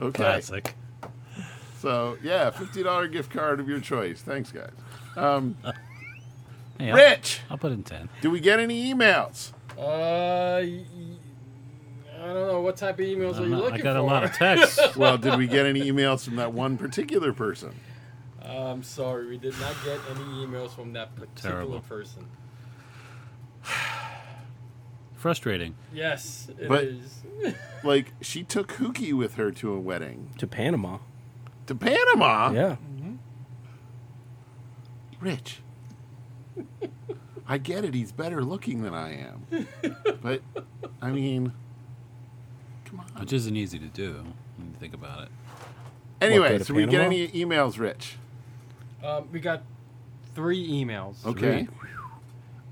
Okay.
Classic.
So yeah, fifty dollar gift card of your choice. Thanks, guys.
Hey, I'll-
Rich,
I'll put in 10.
do we get any emails?
Uh, y- I don't know. What type of emails are
I'm
you
not-
looking
I got
for?
a lot of texts.
Well, did we get any emails from that one particular person?
I'm sorry, we did not get any emails from that particular
Terrible.
person.
Frustrating.
Yes, it is.
But- Like she took Huki with her to a wedding
To Panama.
to Panama.
Yeah.
Rich. I get it. He's better looking than I am, but I mean, come on.
Which isn't easy to do when you think about it.
Anyway,
to
so we get
Panama?
any emails, Rich?
Um, we got three emails.
Okay.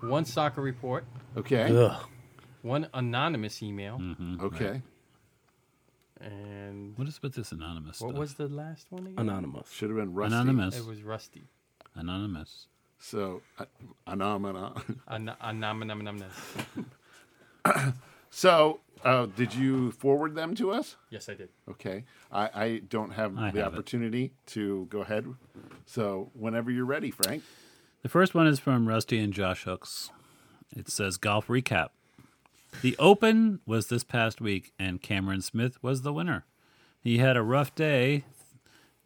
One soccer report,
Okay.
Ugh.
one anonymous email,
Okay.
and
What is with this anonymous
what
stuff?
was the last one again?
Anonymous.
Should have been rusty.
Anonymous.
It was Rusty.
Anonymous.
So, uh, anomina.
An- anonymous.
So, uh, did you forward them to us?
Yes, I did.
Okay. I, I don't have
I
the
have it.
opportunity to go ahead. So, whenever you're ready, Frank.
The first one is from Rusty and Josh Hooks. It says golf recap. The Open was this past week, and Cameron Smith was the winner. He had a rough day,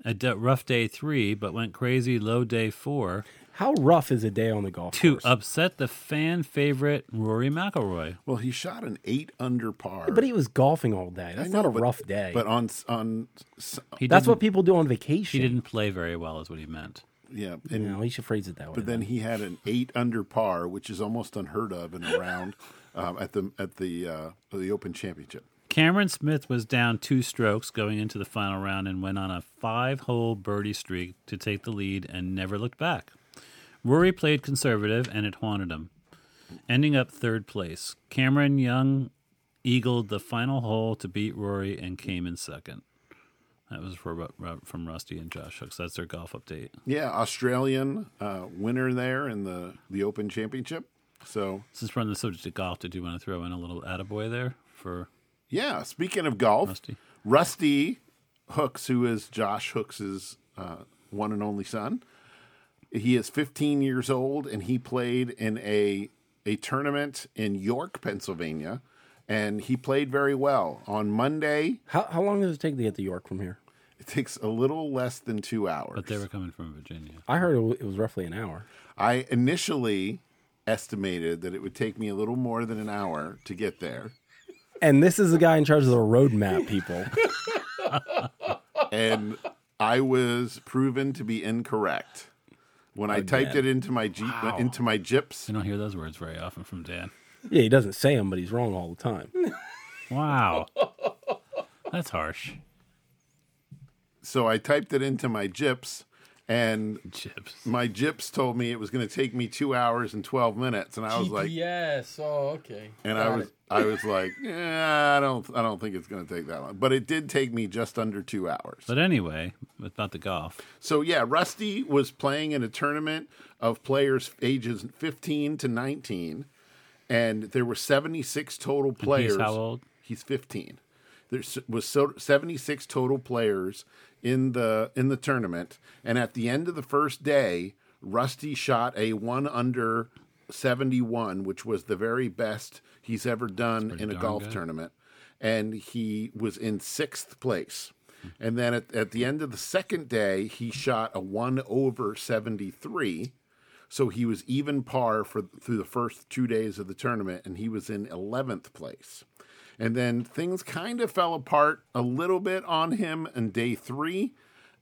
a d- rough day three, but went crazy low day four
How rough is a day on the golf
to
course?
upset the fan favorite Rory McIlroy.
Well, he shot an eight under par.
But he was golfing all day.
I
That's
know,
not a
but-
rough day.
But on s- on s-
He
That's
didn't-
what people do on
he
vacation.
didn't play very well, is what he meant.
yeah, and
No, he should phrase it that way.
but then he had an eight under par, which is almost unheard of in a round um, at the at the uh, the Open Championship.
Cameron Smith was down two strokes going into the final round and went on a five hole birdie streak to take the lead and never looked back. Rory played conservative and it haunted him, ending up third place. Cameron Young eagled the final hole to beat Rory and came in second. That was for, Ru- Ru- from Rusty and Josh Hooks. That's their golf update.
Yeah, Australian uh, winner there in the the Open Championship. So
Since we're on the subject of golf, did you want to throw in a little attaboy there for
yeah, speaking of golf,
Rusty?
Rusty Hooks, who is Josh Hooks's uh, one and only son. He is 15 years old, and he played in a a tournament in York, Pennsylvania, and he played very well. On Monday,
How, how long does it take to get to York from here?
it takes a little less than two hours.
But they were coming from Virginia.
I heard it w- it was roughly an hour.
I initially estimated that it would take me a little more than an hour to get there,
And this is the guy in charge of the road map, people.
and I was proven to be incorrect. When I, typed it into my G- uh, into my
You
gyps,
don't hear those words very often from Dan.
yeah, he doesn't say them, but he's wrong all the time.
Wow. That's harsh.
so I typed it into my gyps, and
Chips.
my gyps told me it was going to take me two hours and twelve minutes, and I was like,
Yes. Oh, okay.
and
Got
I was
it.
I was like, yeah, I don't I don't think it's going to take that long, but it did take me just under two hours.
But anyway, about the golf.
So yeah, Rusty was playing in a tournament of players ages 15 to 19, and there were 76 total players.
how old?
He's 15. There s- was so 76 total players in the in the tournament, and at the end of the first day, Rusty shot a one under 71, which was the very best he's ever done in a
darn
golf
good.
tournament, and he was in sixth place. And then at, at the end of the second day, he shot a one over 73. So he was even par for through the first two days of the tournament, and he was in 11th place. And then things kind of fell apart a little bit on him in day three.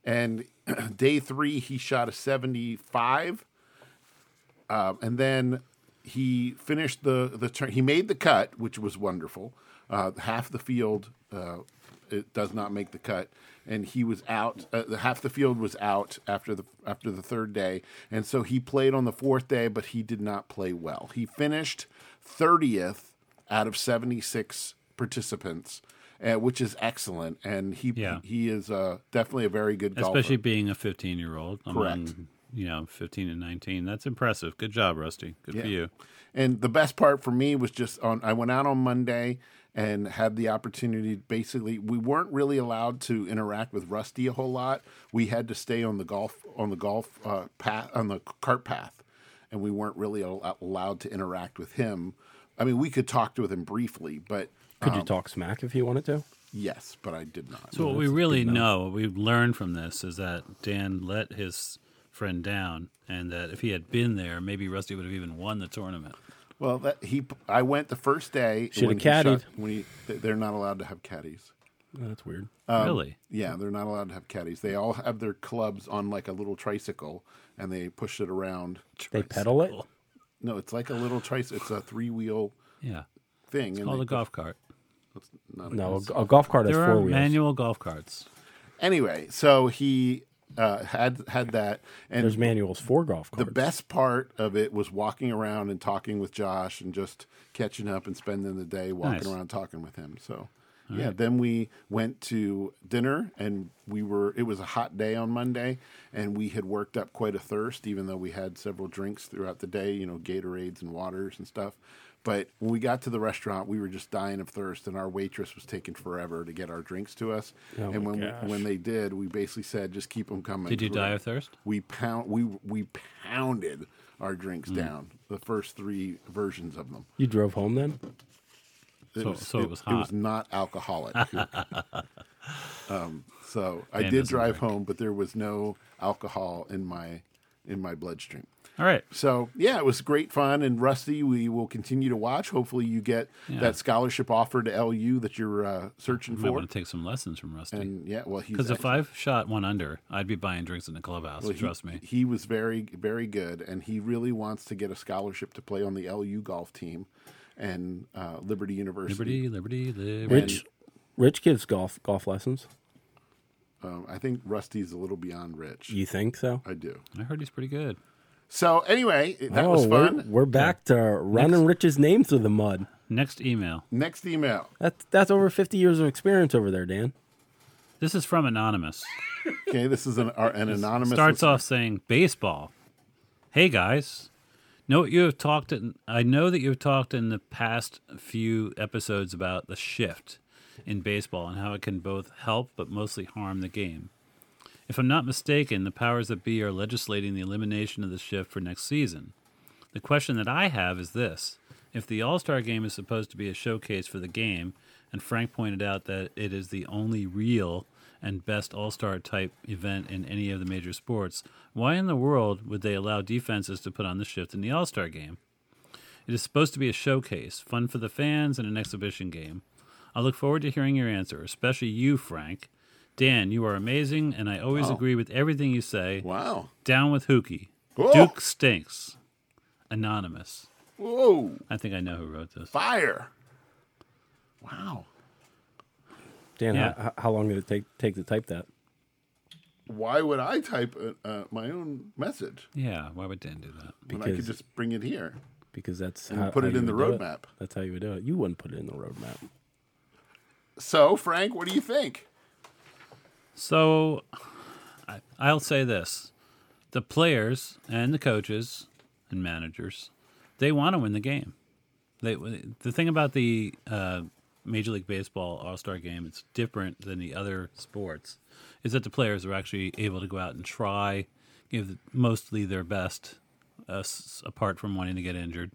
And day three, he shot a 75. Um, and then he finished the the turn. He made the cut, which was wonderful. Uh, half the field uh, it does not make the cut, and he was out. Uh, the- half the field was out after the after the third day, and so he played on the fourth day, but he did not play well. He finished thirtieth out of seventy six participants. Uh, which is excellent, and he
Yeah.
he is uh, definitely a very good golfer.
Especially being a 15 year old.
Correct.
You know, 15 and 19. That's impressive. Good job, Rusty. Good for
Yeah.
you.
And the best part for me was just on I went out on Monday and had the opportunity basically we weren't really allowed to interact with Rusty a whole lot. We had to stay on the golf on the golf uh, path on the cart path and we weren't really al- allowed to interact with him. I mean, we could talk to him briefly, but
Could
Um,
you talk smack if you wanted to? Uh,
yes, but I did not.
So what we really know, what we've learned from this, is that Dan let his friend down, and that if he had been there, maybe Rusty would have even won the tournament.
Well, that he I went the first day
Shoulda
when he shot-
caddied.
when he, they're not allowed to have caddies.
Oh, that's weird.
Um,
really?
Yeah, they're not allowed to have caddies. They all have their clubs on like a little tricycle and they push it around.
They pedal it?
No, it's like a little tricycle. It's a three wheel
Yeah.
thing. and
Called
they-
a golf cart.
it's not a-
No, a, a golf cart has
There
four
are
wheels.
manual golf carts.
Anyway, so he uh, had had that, and
There's manuals for golf
the
carts.
best part of it was walking around and talking with Josh and just catching up and spending the day walking
Nice.
around talking with him. So. yeah, then we went to dinner and we were it was a hot day on Monday and we had worked up quite a thirst even though we had several drinks throughout the day, you know, Gatorades and waters and stuff. But when we got to the restaurant, we were just dying of thirst and our waitress was taking forever to get our drinks to us. and when when they did, we basically said just keep them coming.
Oh Did you
'cause we're-
die of thirst?
we pound we we pounded our
Mm.
drinks down the first three versions of them.
you drove home then?
It
So- so it was
It was
hot.
not alcoholic. um, so I
Dan
did
doesn't
drive
drink.
home, but there was no alcohol in my in my bloodstream.
All right.
So yeah, it was great fun. And Rusty, we will continue to watch. Hopefully, you get
Yeah.
that scholarship offer to LU that you're uh, searching
You might
for.
want to take some lessons from Rusty.
And yeah, well, he's
Because if
excellent.
I've shot one under, I'd be buying drinks in the clubhouse.
Well, he-
trust me.
He was very, very good, and he really wants to get a scholarship to play on the LU golf team and uh, Liberty University.
Liberty, liberty, liberty.
Rich Rich gives golf golf lessons.
Um, I think Rusty's a little beyond rich.
You think so?
I do.
I heard he's pretty good.
So anyway, that
oh,
was
we're-
fun.
We're, back to running Rich's name through the mud.
Next email.
Next email.
That's that's over fifty years of experience over there, Dan.
This is from Anonymous.
Okay, this is an, our, an anonymous.
starts
listener.
off saying baseball. Hey guys, know what you have talked. In, I know that you have talked in the past few episodes about the shift in baseball and how it can both help but mostly harm the game. If I'm not mistaken, the powers that be are legislating the elimination of the shift for next season. The question that I have is this If the All Star game is supposed to be a showcase for the game, and Frank pointed out that it is the only real and best All Star type event in any of the major sports, why in the world would they allow defenses to put on the shift in the All Star game? It is supposed to be a showcase, fun for the fans, and an exhibition game. I look forward to hearing your answer, especially you, Frank. Dan, you are amazing, and I always agree with everything you say.
Wow.
Down with Hookie.
Whoa.
Duke stinks. Anonymous.
Whoa.
I think I know who wrote this.
Fire. Wow.
Dan,
Yeah.
how, how long did it take take to type that?
Why would I type uh, uh, my own message
Yeah, why would Dan do that?
when I could
Because-
just bring it here?
Because that's
And put it
you
in the
would do it.
roadmap.
That's how you would do it. You wouldn't put it in the roadmap.
So, Frank, what do you think?
So I, I'll say this the players and the coaches and managers, they want to win the game. They, the thing about the uh, Major League Baseball All Star game, it's different than the other sports, is that the players are actually able to go out and try, give mostly their best, uh, s- apart from wanting to get injured.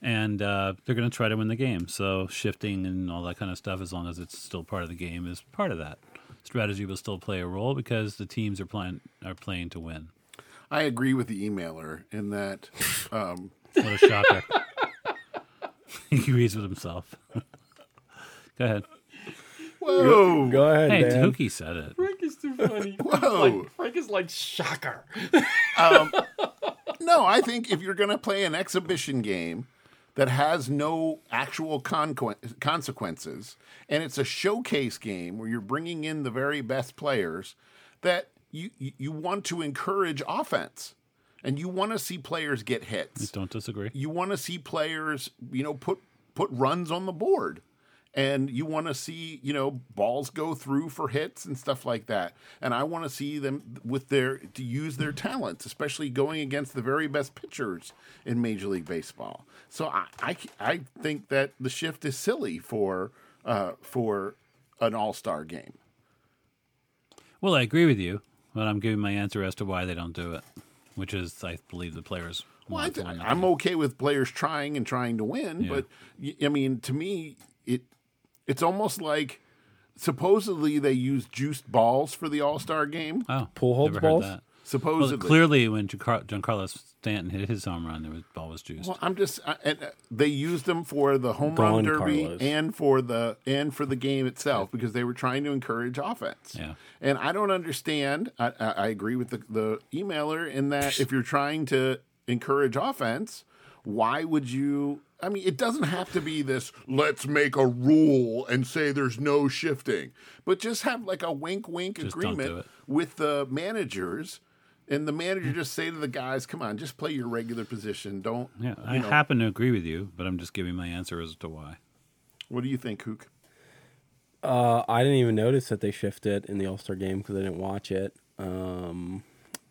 And uh, they're going to try to win the game. So shifting and all that kind of stuff, as long as it's still part of the game, is part of that. Strategy will still play a role because the teams are playing are playing to win.
I agree with the emailer in that um,
What a shocker! he agrees with himself. go ahead.
Whoa!
Go ahead,
Hey,
Dan.
Dookie said it.
Frank is too funny.
Whoa.
Like, Frank is like shocker.
No, I think if you're going to play an exhibition game that has no actual conqu- consequences and it's a showcase game where you're bringing in the very best players, that you you you want to encourage offense and you want to see players get hits.
Don't disagree.
You want to see players, you know, put put runs on the board. And you want to see, you know, balls go through for hits and stuff like that. And I want to see them with their to use their talents, especially going against the very best pitchers in Major League Baseball. So I I, I think that the shift is silly for uh, for an All Star game.
Well, I agree with you, but I'm giving my answer as to why they don't do it, which is I believe the players.
Well, I
want to win the
am okay with players trying and trying to win, but y- I mean, to me, it it's almost like supposedly they use juiced balls for the All Star game.
Oh,
Pool holds
never heard
balls?
that. Well,
Supposedly,
clearly, when Giancar- Giancarlo Stanton hit his home run, the ball was juiced.
Well, I'm just I, and uh, they used them for the home run
Don
derby
Carlos.
and for the and for the game itself because they were trying to encourage offense.
Yeah.
And I don't understand. I, I, I agree with the, the emailer in that if you're trying to encourage offense, why would you? I mean, it doesn't have to be this. Let's make a rule and say there's no shifting, but just have like a wink, wink
don't do
agreement
it.
with the managers. And the manager just say to the guys, "Come on, just play your regular position. Don't
Yeah, I happen to agree with you, but I'm just giving my answer as to why.
What do you think, Hook?
Uh, I didn't even notice that they shifted in the All Star game because I didn't watch it. Um,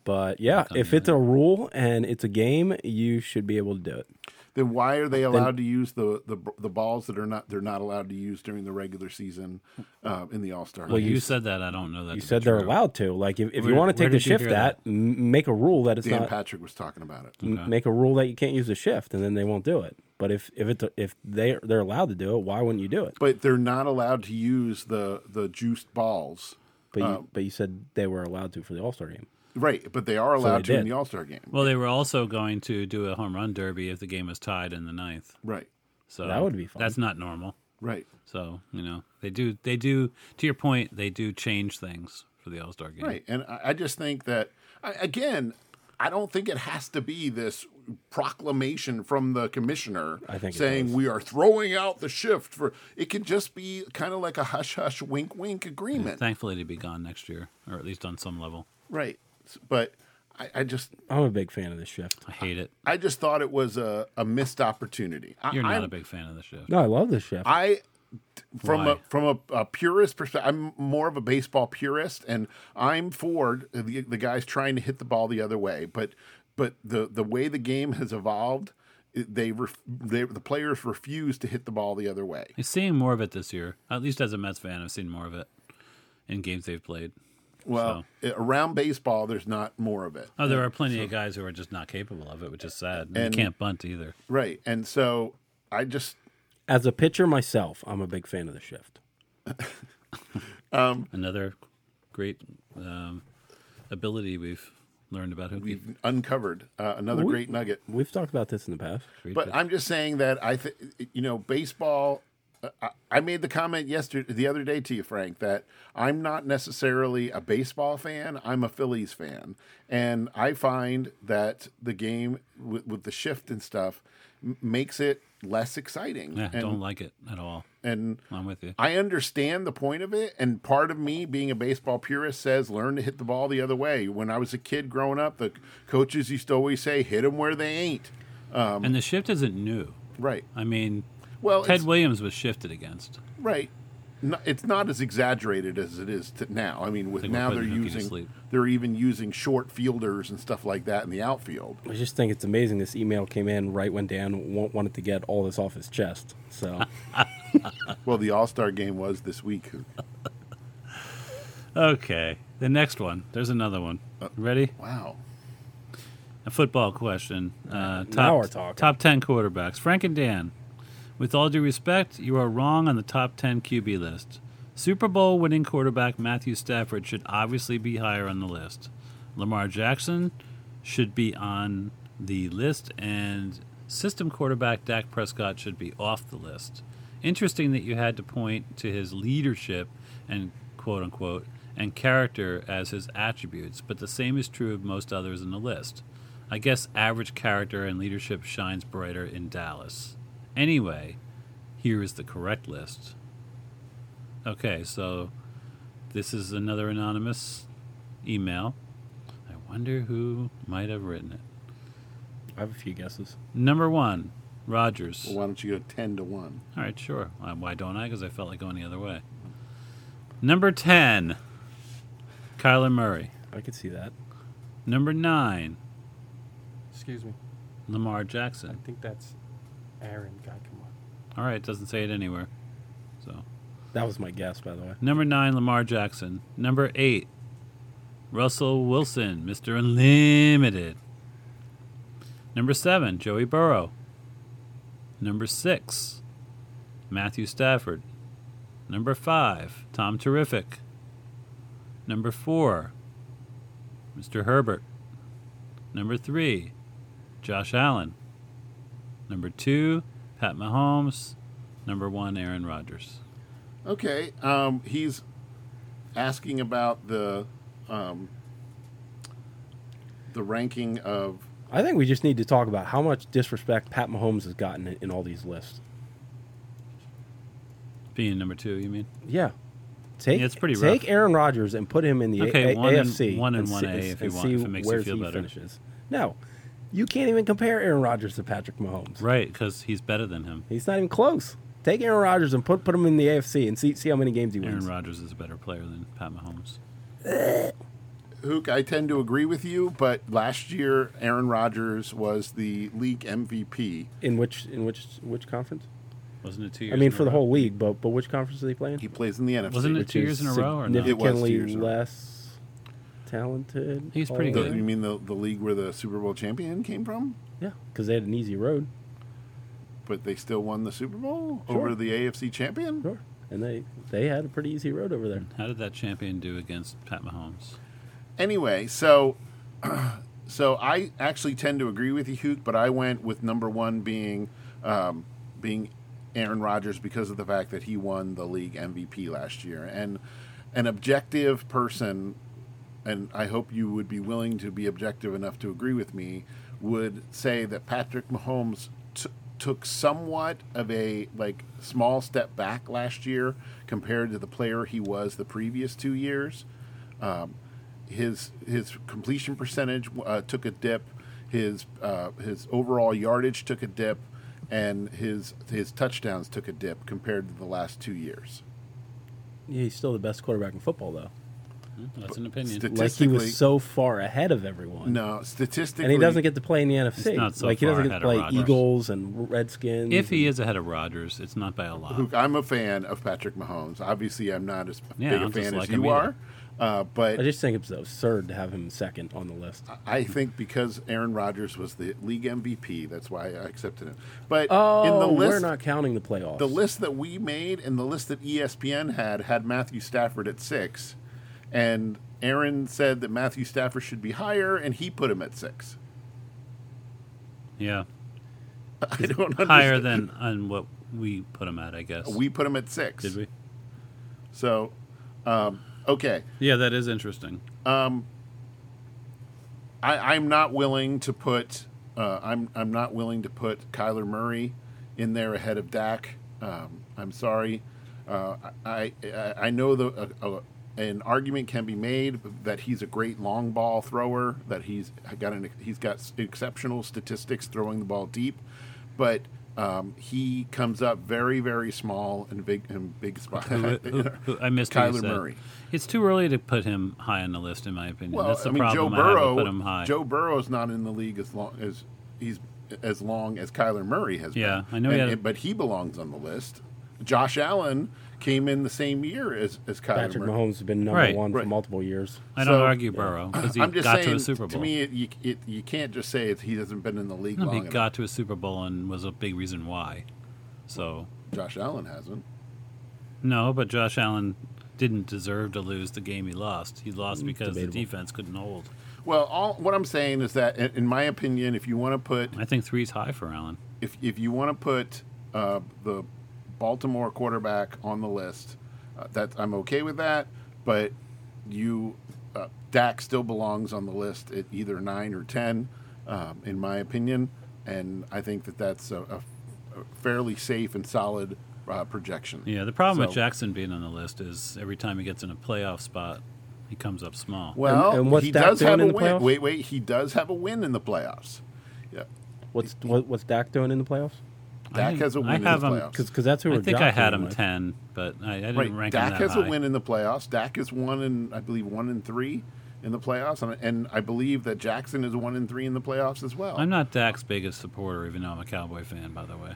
but yeah, if it's a rule and it's a game, you should be able to do it.
Then why are they allowed to use the, the the balls that are not they're not allowed to use during the regular season uh, in the All Star?
Well, you, said that. I don't know that.
You said they're allowed to. Like, if, if you
Where-
want to
where
take the
did you
shift,
hear
that, m- make a rule that it's
Dan
not.
Patrick was talking about it.
m- Make a rule that you can't use the shift, and then they won't do it. But if if it's a, if they they're allowed to do it, why wouldn't you do it?
But they're not allowed to use the the juiced balls,
But you, but you said they were allowed to for the All Star game.
right? But they are allowed
they
to in
did.
the All Star game,
Well, they were also going to do a home run derby if the game was tied in the ninth.
right?
So
That would be fun.
That's not normal.
Right.
So you know they do. They do. To your point, they do change things for the All Star game.
Right. And I, I just think that, I, again, I don't think it has to be this proclamation from the commissioner
I think it
saying
does.
we are throwing out the shift for it could just be kind of like a hush hush wink wink agreement
Thankfully, to be gone next year, or at least on some level.
right S- but I, I just
I'm a big fan of this shift.
I hate it.
i just thought it was a, a missed opportunity I,
You're not
I'm-
a big fan of the shift.
No, I love this shift.
I from
Why?
a from a, a purist perspective, I'm more of a baseball purist, and I'm for the the guys trying to hit the ball the other way. But but the the way the game has evolved, it- they ref, they the players refuse to hit the ball the other way.
You're seeing more of it this year. At least as a Mets fan, I've seen more of it in games they've played.
Well, i- around baseball, there's not more of it,
Oh, there are plenty of guys who are just not capable of it, which is sad. And,
And-
they can't bunt either.
right? And so I just
As a pitcher myself, I'm a big fan of the shift.
Another great um, ability we've learned about who
we've uncovered uh, another
We-
great nugget.
We've talked about this in the past.
But I'm just saying that I think you know baseball. uh, I, I made the comment yesterday, the other day to you, Frank, that I'm not necessarily a baseball fan. I'm a Phillies fan, and I find that the game with, with the shift and stuff m- makes it less exciting.
yeah,
and,
don't like it at all.
and
I'm with you.
I understand the point of it, and part of me being a baseball purist says learn to hit the ball the other way. When I was a kid growing up, the coaches used to always say hit them where they ain't.
and the shift isn't new.
Right.
I mean,
Um, Well,
Ted
it's-
Williams was shifted against.
Right. No, it's not as exaggerated as it is to now. I mean, with
Like we're
now they're
putting Mookie to
using
sleep.
they're even using short fielders and stuff like that in the outfield.
I just think it's amazing this email came in right when Dan wa- wanted to get all this off his chest. So
Well, the All Star game was this week.
Okay, the next one. There's another one.
Uh,
Ready?
Wow.
A football question. Uh, top,
Now we're talking.
Top 10 quarterbacks. Frank and Dan, with all due respect, you are wrong on the top 10 QB list. Super Bowl winning quarterback Matthew Stafford should obviously be higher on the list. Lamar Jackson should be on the list, and system quarterback Dak Prescott should be off the list. Interesting that you had to point to his leadership and quote unquote and character as his attributes, but the same is true of most others in the list. I guess average character and leadership shines brighter in Dallas. Anyway, here is the correct list. Okay, so this is another anonymous email. I wonder who might have written it.
I have a few guesses.
Number one, Rogers.
Well, why don't you go ten to one?
All right, sure. Why- Why don't I? Because I felt like going the other way. Number 10, Kyler Murray.
I could see that.
Number 9,
Excuse me.
Lamar
I
Jackson.
think that's Aaron. God, come on.
All right, doesn't say it anywhere. So,
That was my guess, by the way.
number 9, Lamar Jackson. Number 8, Russell Wilson, Mr. Unlimited. Number 7, Joey Burrow. Number 6, Matthew Stafford. Number 5, Tom Terrific. Number 4, Mr. Herbert. Number 3, Josh Allen. Number 2, Pat Mahomes. Number 1, Aaron Rodgers.
Okay. Um, he's asking about the um, the ranking of
I think we just need to talk about how much disrespect Pat Mahomes has gotten in, in all these lists.
Being number 2, you mean?
Yeah. Take,
Yeah, it's pretty
take
rough.
Aaron Rodgers and put him in the A-
Okay,
A-
one and-
AFC.
one and
see-
one A if you
and
want,
see
if it makes you
where
feel
he
better.
Finishes. No, you can't even compare Aaron Rodgers to Patrick Mahomes.
Right, because he's better than him.
He's not even close. Take Aaron Rodgers and put put him in the AFC and see see how many games he
Aaron
wins.
Rodgers is a better player than Pat Mahomes.
Hook, I tend to agree with you, but last year Aaron Rodgers was the league MVP.
in which in which which conference?
Wasn't it two years?
I
in
mean,
a
for the
row?
whole league, but but which conference is he playing?
He plays in the NFC.
Wasn't it
Which
two years
is
in a row or not?
It was two
Significantly
years in a row.
less talented.
He's pretty
The-
good.
you mean the, the league where the Super Bowl champion came from?
Yeah, because they had an easy road.
but they still won the Super Bowl
Sure.
over the AFC champion.
Sure. And they they had a pretty easy road over there.
How did that champion do against Pat Mahomes?
Anyway, so so I actually tend to agree with you, Hugh, but I went with number one being um, being Aaron Rodgers because of the fact that he won the league MVP last year, and an objective person, and I hope you would be willing to be objective enough to agree with me, would say that Patrick Mahomes. T- took somewhat of a like small step back last year compared to the player he was the previous two years his his completion percentage uh, took a dip. His uh, his overall yardage took a dip, and his his touchdowns took a dip compared to the last two years.
Mm-hmm. He's still the best quarterback in football, though.
That's an opinion.
Sti-
Like he
Statistically-
was so far ahead of everyone.
No, statistically,
And he doesn't get to play in the NFC.
not so
like he
far
doesn't get to
ahead of
play
Rodgers.
Eagles and Redskins.
if he is ahead of Rodgers, it's not by a lot.
Luke, I'm a fan of Patrick Mahomes. Obviously, I'm not as
Yeah,
big
I
a
don't
fan as
dislike him
you
either.
are, uh, but
I just think it's absurd to have him second on the list.
I think because Aaron Rodgers was the league MVP, that's why I accepted him. But
Oh,
in the
we're
list,
not counting the playoffs.
the list that we made and the list that E ESPN had had Matthew Stafford at six, and Aaron said that Matthew Stafford should be higher, and he put him at six.
Yeah,
I don't understand.
higher than on what we put him at, I guess.
we put him at six.
Did we?
So, um, okay,
Yeah, that is interesting.
I, I'm not willing to put uh, I'm I'm not willing to put Kyler Murray in there ahead of Dak. Um, I'm sorry. Uh, I, I I know the uh, uh, an argument can be made that he's a great long ball thrower. That he's got an he's got exceptional statistics throwing the ball deep, but. Um, he comes up very, very small and big and big spot.
Who- who- who- I missed what
Kyler
you said.
Murray.
It's too early to put him high on the list, in my opinion. That's the problem.
Joe
I have
Burrow,
to put him high.
Joe Burrow's not in the league as long as he's as long as Kyler Murray has
Yeah,
been.
I know he
And-
had a-
but he belongs on the list. Josh Allen came in the same year as as Kyler
Patrick
Murray.
Mahomes has been number
Right.
one
Right.
for multiple years.
I don't
so-
argue Burrow because he
I'm just
got
saying.
to a Super Bowl.
me, it, you, it, you can't just say it, he hasn't been in the league
No,
long
he
enough.
got to a Super Bowl and was a big reason why. So
Josh Allen hasn't.
no, but Josh Allen didn't deserve to lose the game he lost. He
Mm,
lost because the
debatable.
defense couldn't hold.
Well, all what I'm saying is that, in, in my opinion, if you want to put
I think three's high for Allen.
if if you want to put uh, the Baltimore quarterback on the list, uh, that I'm okay with that. But you, uh, Dak still belongs on the list at either nine or ten, um, in my opinion, and I think that that's a, a fairly safe and solid uh, projection.
Yeah, the problem with
So-
Jackson being on the list is every time he gets in a playoff spot, he comes up small.
Well,
And- and what's
he
Dak
does
doing
have a
in the
win.
playoffs?
Wait, wait, he does have a win in the playoffs. Yeah,
What's what, what's Dak doing in the playoffs?
Dak
think-
has a win
I
in
have
the
him-
playoffs.
Because that's who
I
we're
think I had
jockeying
him
with.
ten, but I, I didn't
Right.
rank him
Dak
that
has
high.
a win in the playoffs. Dak is one in, I believe, one in three in the playoffs, and, and I believe that Jackson is one in three in the playoffs as well.
I'm not Dak's biggest supporter, even though I'm a Cowboy fan, by the way.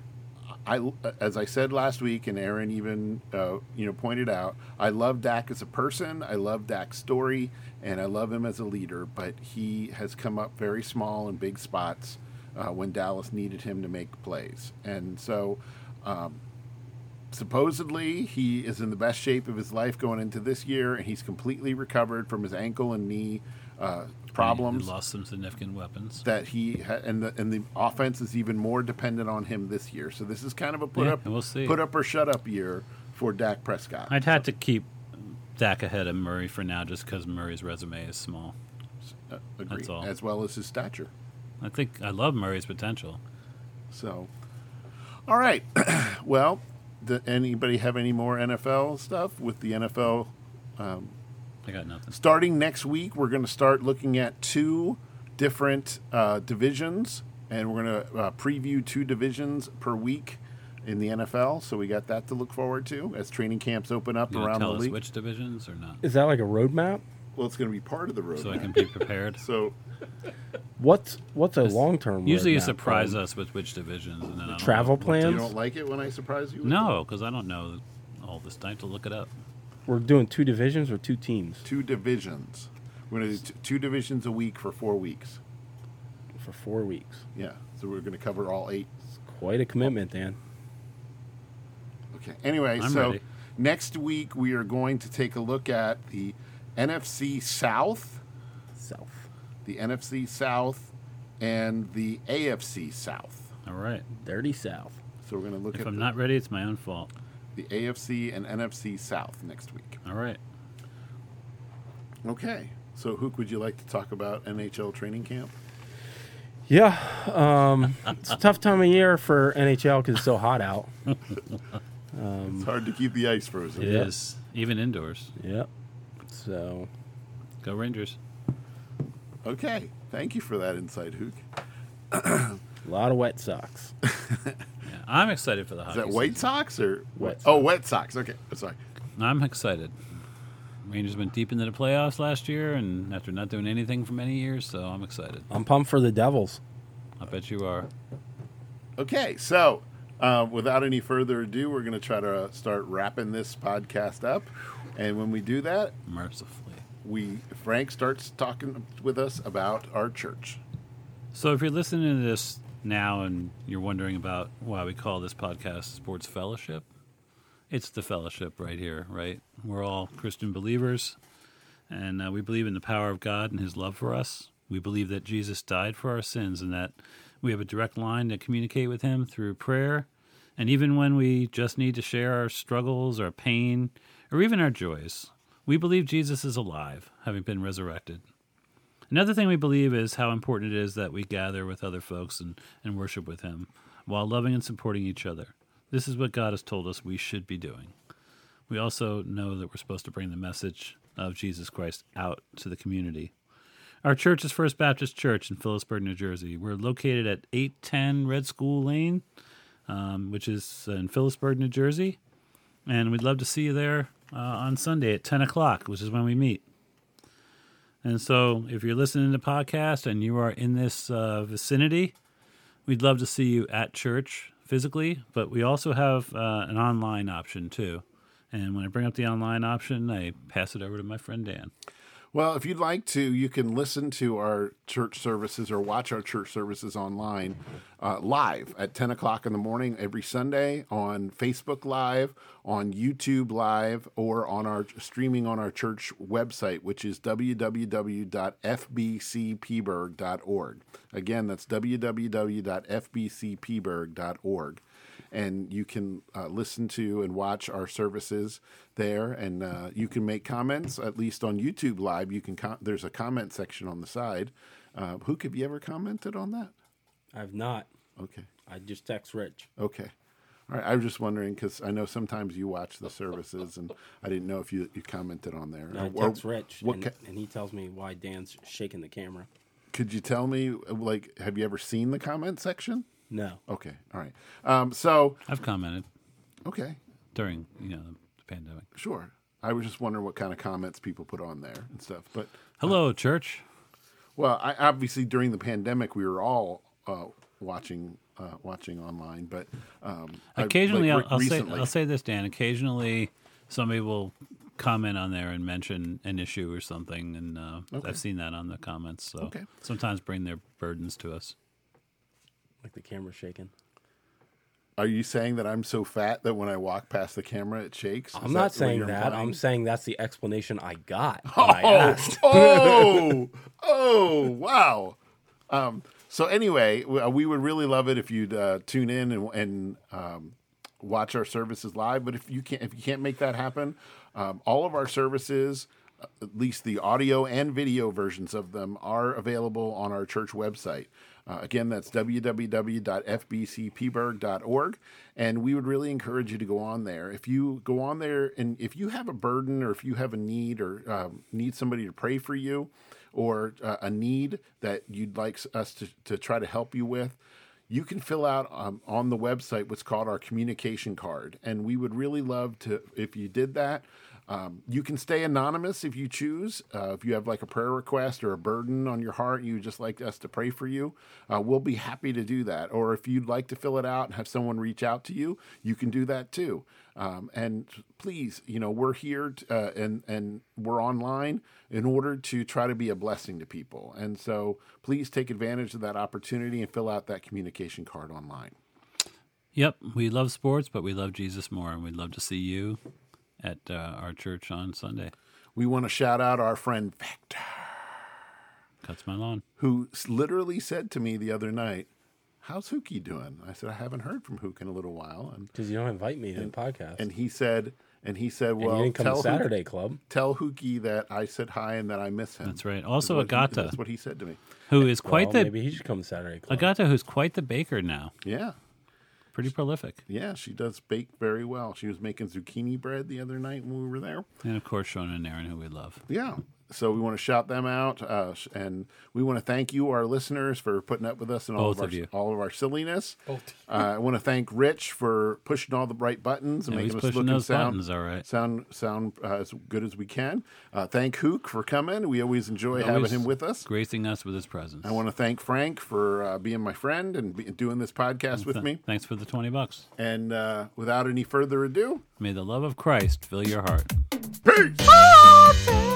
I, as I said last week, and Aaron even uh, you know pointed out, I love Dak as a person. I love Dak's story, and I love him as a leader. But he has come up very small in big spots uh, when Dallas needed him to make plays, and so. Um, supposedly he is in the best shape of his life going into this year and he's completely recovered from his ankle and knee uh, problems
He lost some significant weapons.
that he ha- and the and the offense is even more dependent on him this year. So this is kind of a put
Yeah,
up,
we'll see.
put up or shut up year for Dak Prescott.
I'd have to keep Dak ahead of Murray for now, just because Murray's resume is small.
Uh, agree,
that's all.
as well as his stature.
I think I love Murray's potential.
So, all right, well, do anybody have any more NFL stuff with the NFL?
I got nothing.
Starting next week, we're going to start looking at two different uh, divisions, and we're going to uh, preview two divisions per week in the NFL. So we got that to look forward to as training camps open up
You gonna
around the
tell us
league.
which divisions or not,
Is that like a roadmap?
Well, it's going to be part of the road.
so I can be prepared.
So
What's what's a Um, long term?
Usually, you surprise uh, us with which divisions, and then I don't
Travel
know what to-
you
plans?
don't like it when I surprise you? with
No, because I don't know all this. I have to look it up.
We're doing two divisions or two teams
that? Two divisions. We're going to do t- two divisions a week for four weeks.
for four weeks.
Yeah. So we're going to cover all eight.
It's quite a commitment, Dan.
Okay. Anyway,
I'm
so
ready.
next week we are going to take a look at the NFC South,
South.
the NFC South, and the AFC South.
All right.
Dirty South.
So we're going to look
If
at
I'm
the,
not ready, it's my own fault.
the AFC and NFC South next week.
All right.
Okay. So, Hook, would you like to talk about NHL training camp?
Yeah, um, it's a tough time of year for NHL because it's so hot out.
it's hard to keep the ice frozen.
Mm. It is
Yeah.
even indoors.
Yep. So
Go Rangers.
Okay. Thank you for that insight, Hook.
a lot of wet socks.
I'm excited for the
Is
hockey.
that White Sox or
Wet
oh Wet Sox? Okay, I'm sorry.
season. I'm excited. Rangers went deep into the playoffs last year, and after not doing anything for many years, so I'm excited.
I'm pumped for the Devils.
I bet you are.
Okay, so uh, without any further ado, we're going to try to uh, start wrapping this podcast up, and when we do that,
Mercifully.
we Frank starts talking with us about our church.
So, if you're listening to this now and you're wondering about why we call this podcast Sports Fellowship, it's the fellowship right here, right? We're all Christian believers, and uh, we believe in the power of God and His love for us. We believe that Jesus died for our sins and that we have a direct line to communicate with Him through prayer. And even when we just need to share our struggles, our pain, or even our joys, we believe Jesus is alive, having been resurrected. Another thing we believe is how important it is that we gather with other folks and, and worship with Him while loving and supporting each other. This is what God has told us we should be doing. We also know that we're supposed to bring the message of Jesus Christ out to the community. Our church is First Baptist Church in Phillipsburg, New Jersey. We're located at 810 Red School Lane, um, which is in Phillipsburg, New Jersey. And we'd love to see you there uh, on Sunday at 10 o'clock, which is when we meet. And so, if you're listening to the podcast and you are in this uh, vicinity, we'd love to see you at church physically, but we also have uh, an online option too. And when I bring up the online option, I pass it over to my friend Dan.
Well, if you'd like to, you can listen to our church services or watch our church services online uh, live at 10 o'clock in the morning every Sunday on Facebook Live, on YouTube Live, or on our streaming on our church website, which is www.fbcpberg.org. Again, that's www.fbcpberg.org and you can uh, listen to and watch our services there and uh, you can make comments at least on youtube live you can com- there's a comment section on the side uh, who have you ever commented on that
I've not.
okay
I just text Rich.
okay all right i was just wondering because i know sometimes you watch the services and i didn't know if you, you commented on there
I
Or-
text Rich,
what
and,
ca-
and he tells me why Dan's shaking the camera.
could you tell me like have you ever seen the comment section
No.
okay all right um, so
I've commented
okay
during you know the pandemic.
sure i was just wondering what kind of comments people put on there and stuff but Uh,
Hello, church.
Well, I, obviously during the pandemic, we were all uh, watching uh, watching online, but um, I-
Occasionally,
like, re-
I'll, I'll say
recently-
I'll say this, Dan. Occasionally, somebody will comment on there and mention an issue or something, and uh, I've seen that on the comments. So
Okay.
sometimes bring their burdens to us.
Like the camera's shaking.
Are you saying that I'm so fat that when I walk past the camera, it shakes? Is
I'm
that
not
what
saying
you're
that.
implying?
I'm saying that's the explanation I got. when I asked.
oh, oh, wow. Um, so anyway, we, we would really love it if you'd uh, tune in and, and um, watch our services live. But if you can't, if you can't make that happen, um, all of our services, uh, at least the audio and video versions of them, are available on our church website. Uh, again, that's www.fbcpberg.org. And we would really encourage you to go on there. If you go on there and if you have a burden or if you have a need or um, need somebody to pray for you or uh, a need that you'd like s- us to, to try to help you with, you can fill out um, on the website what's called our communication card. And we would really love to, if you did that, um, you can stay anonymous if you choose. Uh, if you have like a prayer request or a burden on your heart, you would just like us to pray for you, uh, we'll be happy to do that. Or if you'd like to fill it out and have someone reach out to you, you can do that too. Um, and please, you know, we're here t- uh, and and we're online in order to try to be a blessing to people. And so, please take advantage of that opportunity and fill out that communication card online.
Yep, we love sports, but we love Jesus more, and we'd love to see you at uh, our church on Sunday.
We want to shout out our friend Victor.
Cuts my lawn.
who s- literally said to me the other night, "How's Hookie doing?" I said, "I haven't heard from Hook in a little while," and
Because you don't invite me to the podcast.
and he said, and he said,
And
"Well,
you didn't come
tell
to
Hook-
Saturday Club.
tell Hookie that I said hi and that I miss him."
That's right. Also,
That's what he-
Agata,
That's what he said to me.
who is quite
well,
the
maybe he should come to Saturday Club.
Agata, who's quite the baker now.
Yeah,
Pretty prolific,
yeah, she does bake very well. She was making zucchini bread the other night when we were there.
and of course Sean and Aaron, who we love.
Yeah. So we want to shout them out, uh, sh- and we want to thank you, our listeners, for putting up with us and all
Both
of our
of you.
all of our silliness.
Both.
Uh, I want to thank Rich for pushing all the right buttons and
Yeah, he's
making us
pushing
look and
those
sound
buttons, all right.
sound sound uh, as good as we can. Uh, thank Hook for coming. We always enjoy having
Always
him with us.
gracing us with his presence.
I want to thank Frank for uh, being my friend and be, doing this podcast with me.
Thanks for the twenty bucks.
And uh, without any further ado,
May the love of Christ fill your heart.
peace.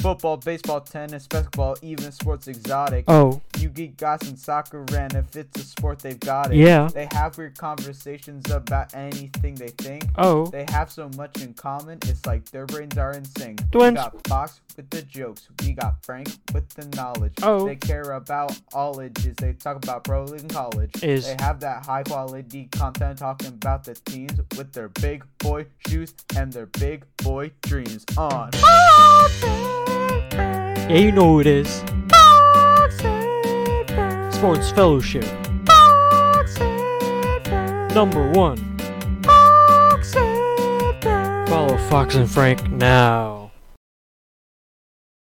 Football, baseball, tennis, basketball, even sports exotic.
Oh,
You geek gossip, soccer, and if it's a sport, they've got it.
Yeah.
They have weird conversations about anything they think.
oh,
They have so much in common, it's like their brains are in sync.
Twins.
We got Fox with the jokes, we got Frank with the knowledge.
Oh.
They care about ologies, they talk about pro and college.
Is.
They have that high quality content talking about the teams with their big boy shoes and their big boy dreams on.
yeah, you know who it is. Sports Fellowship. Number one. Follow Fox and Frank now.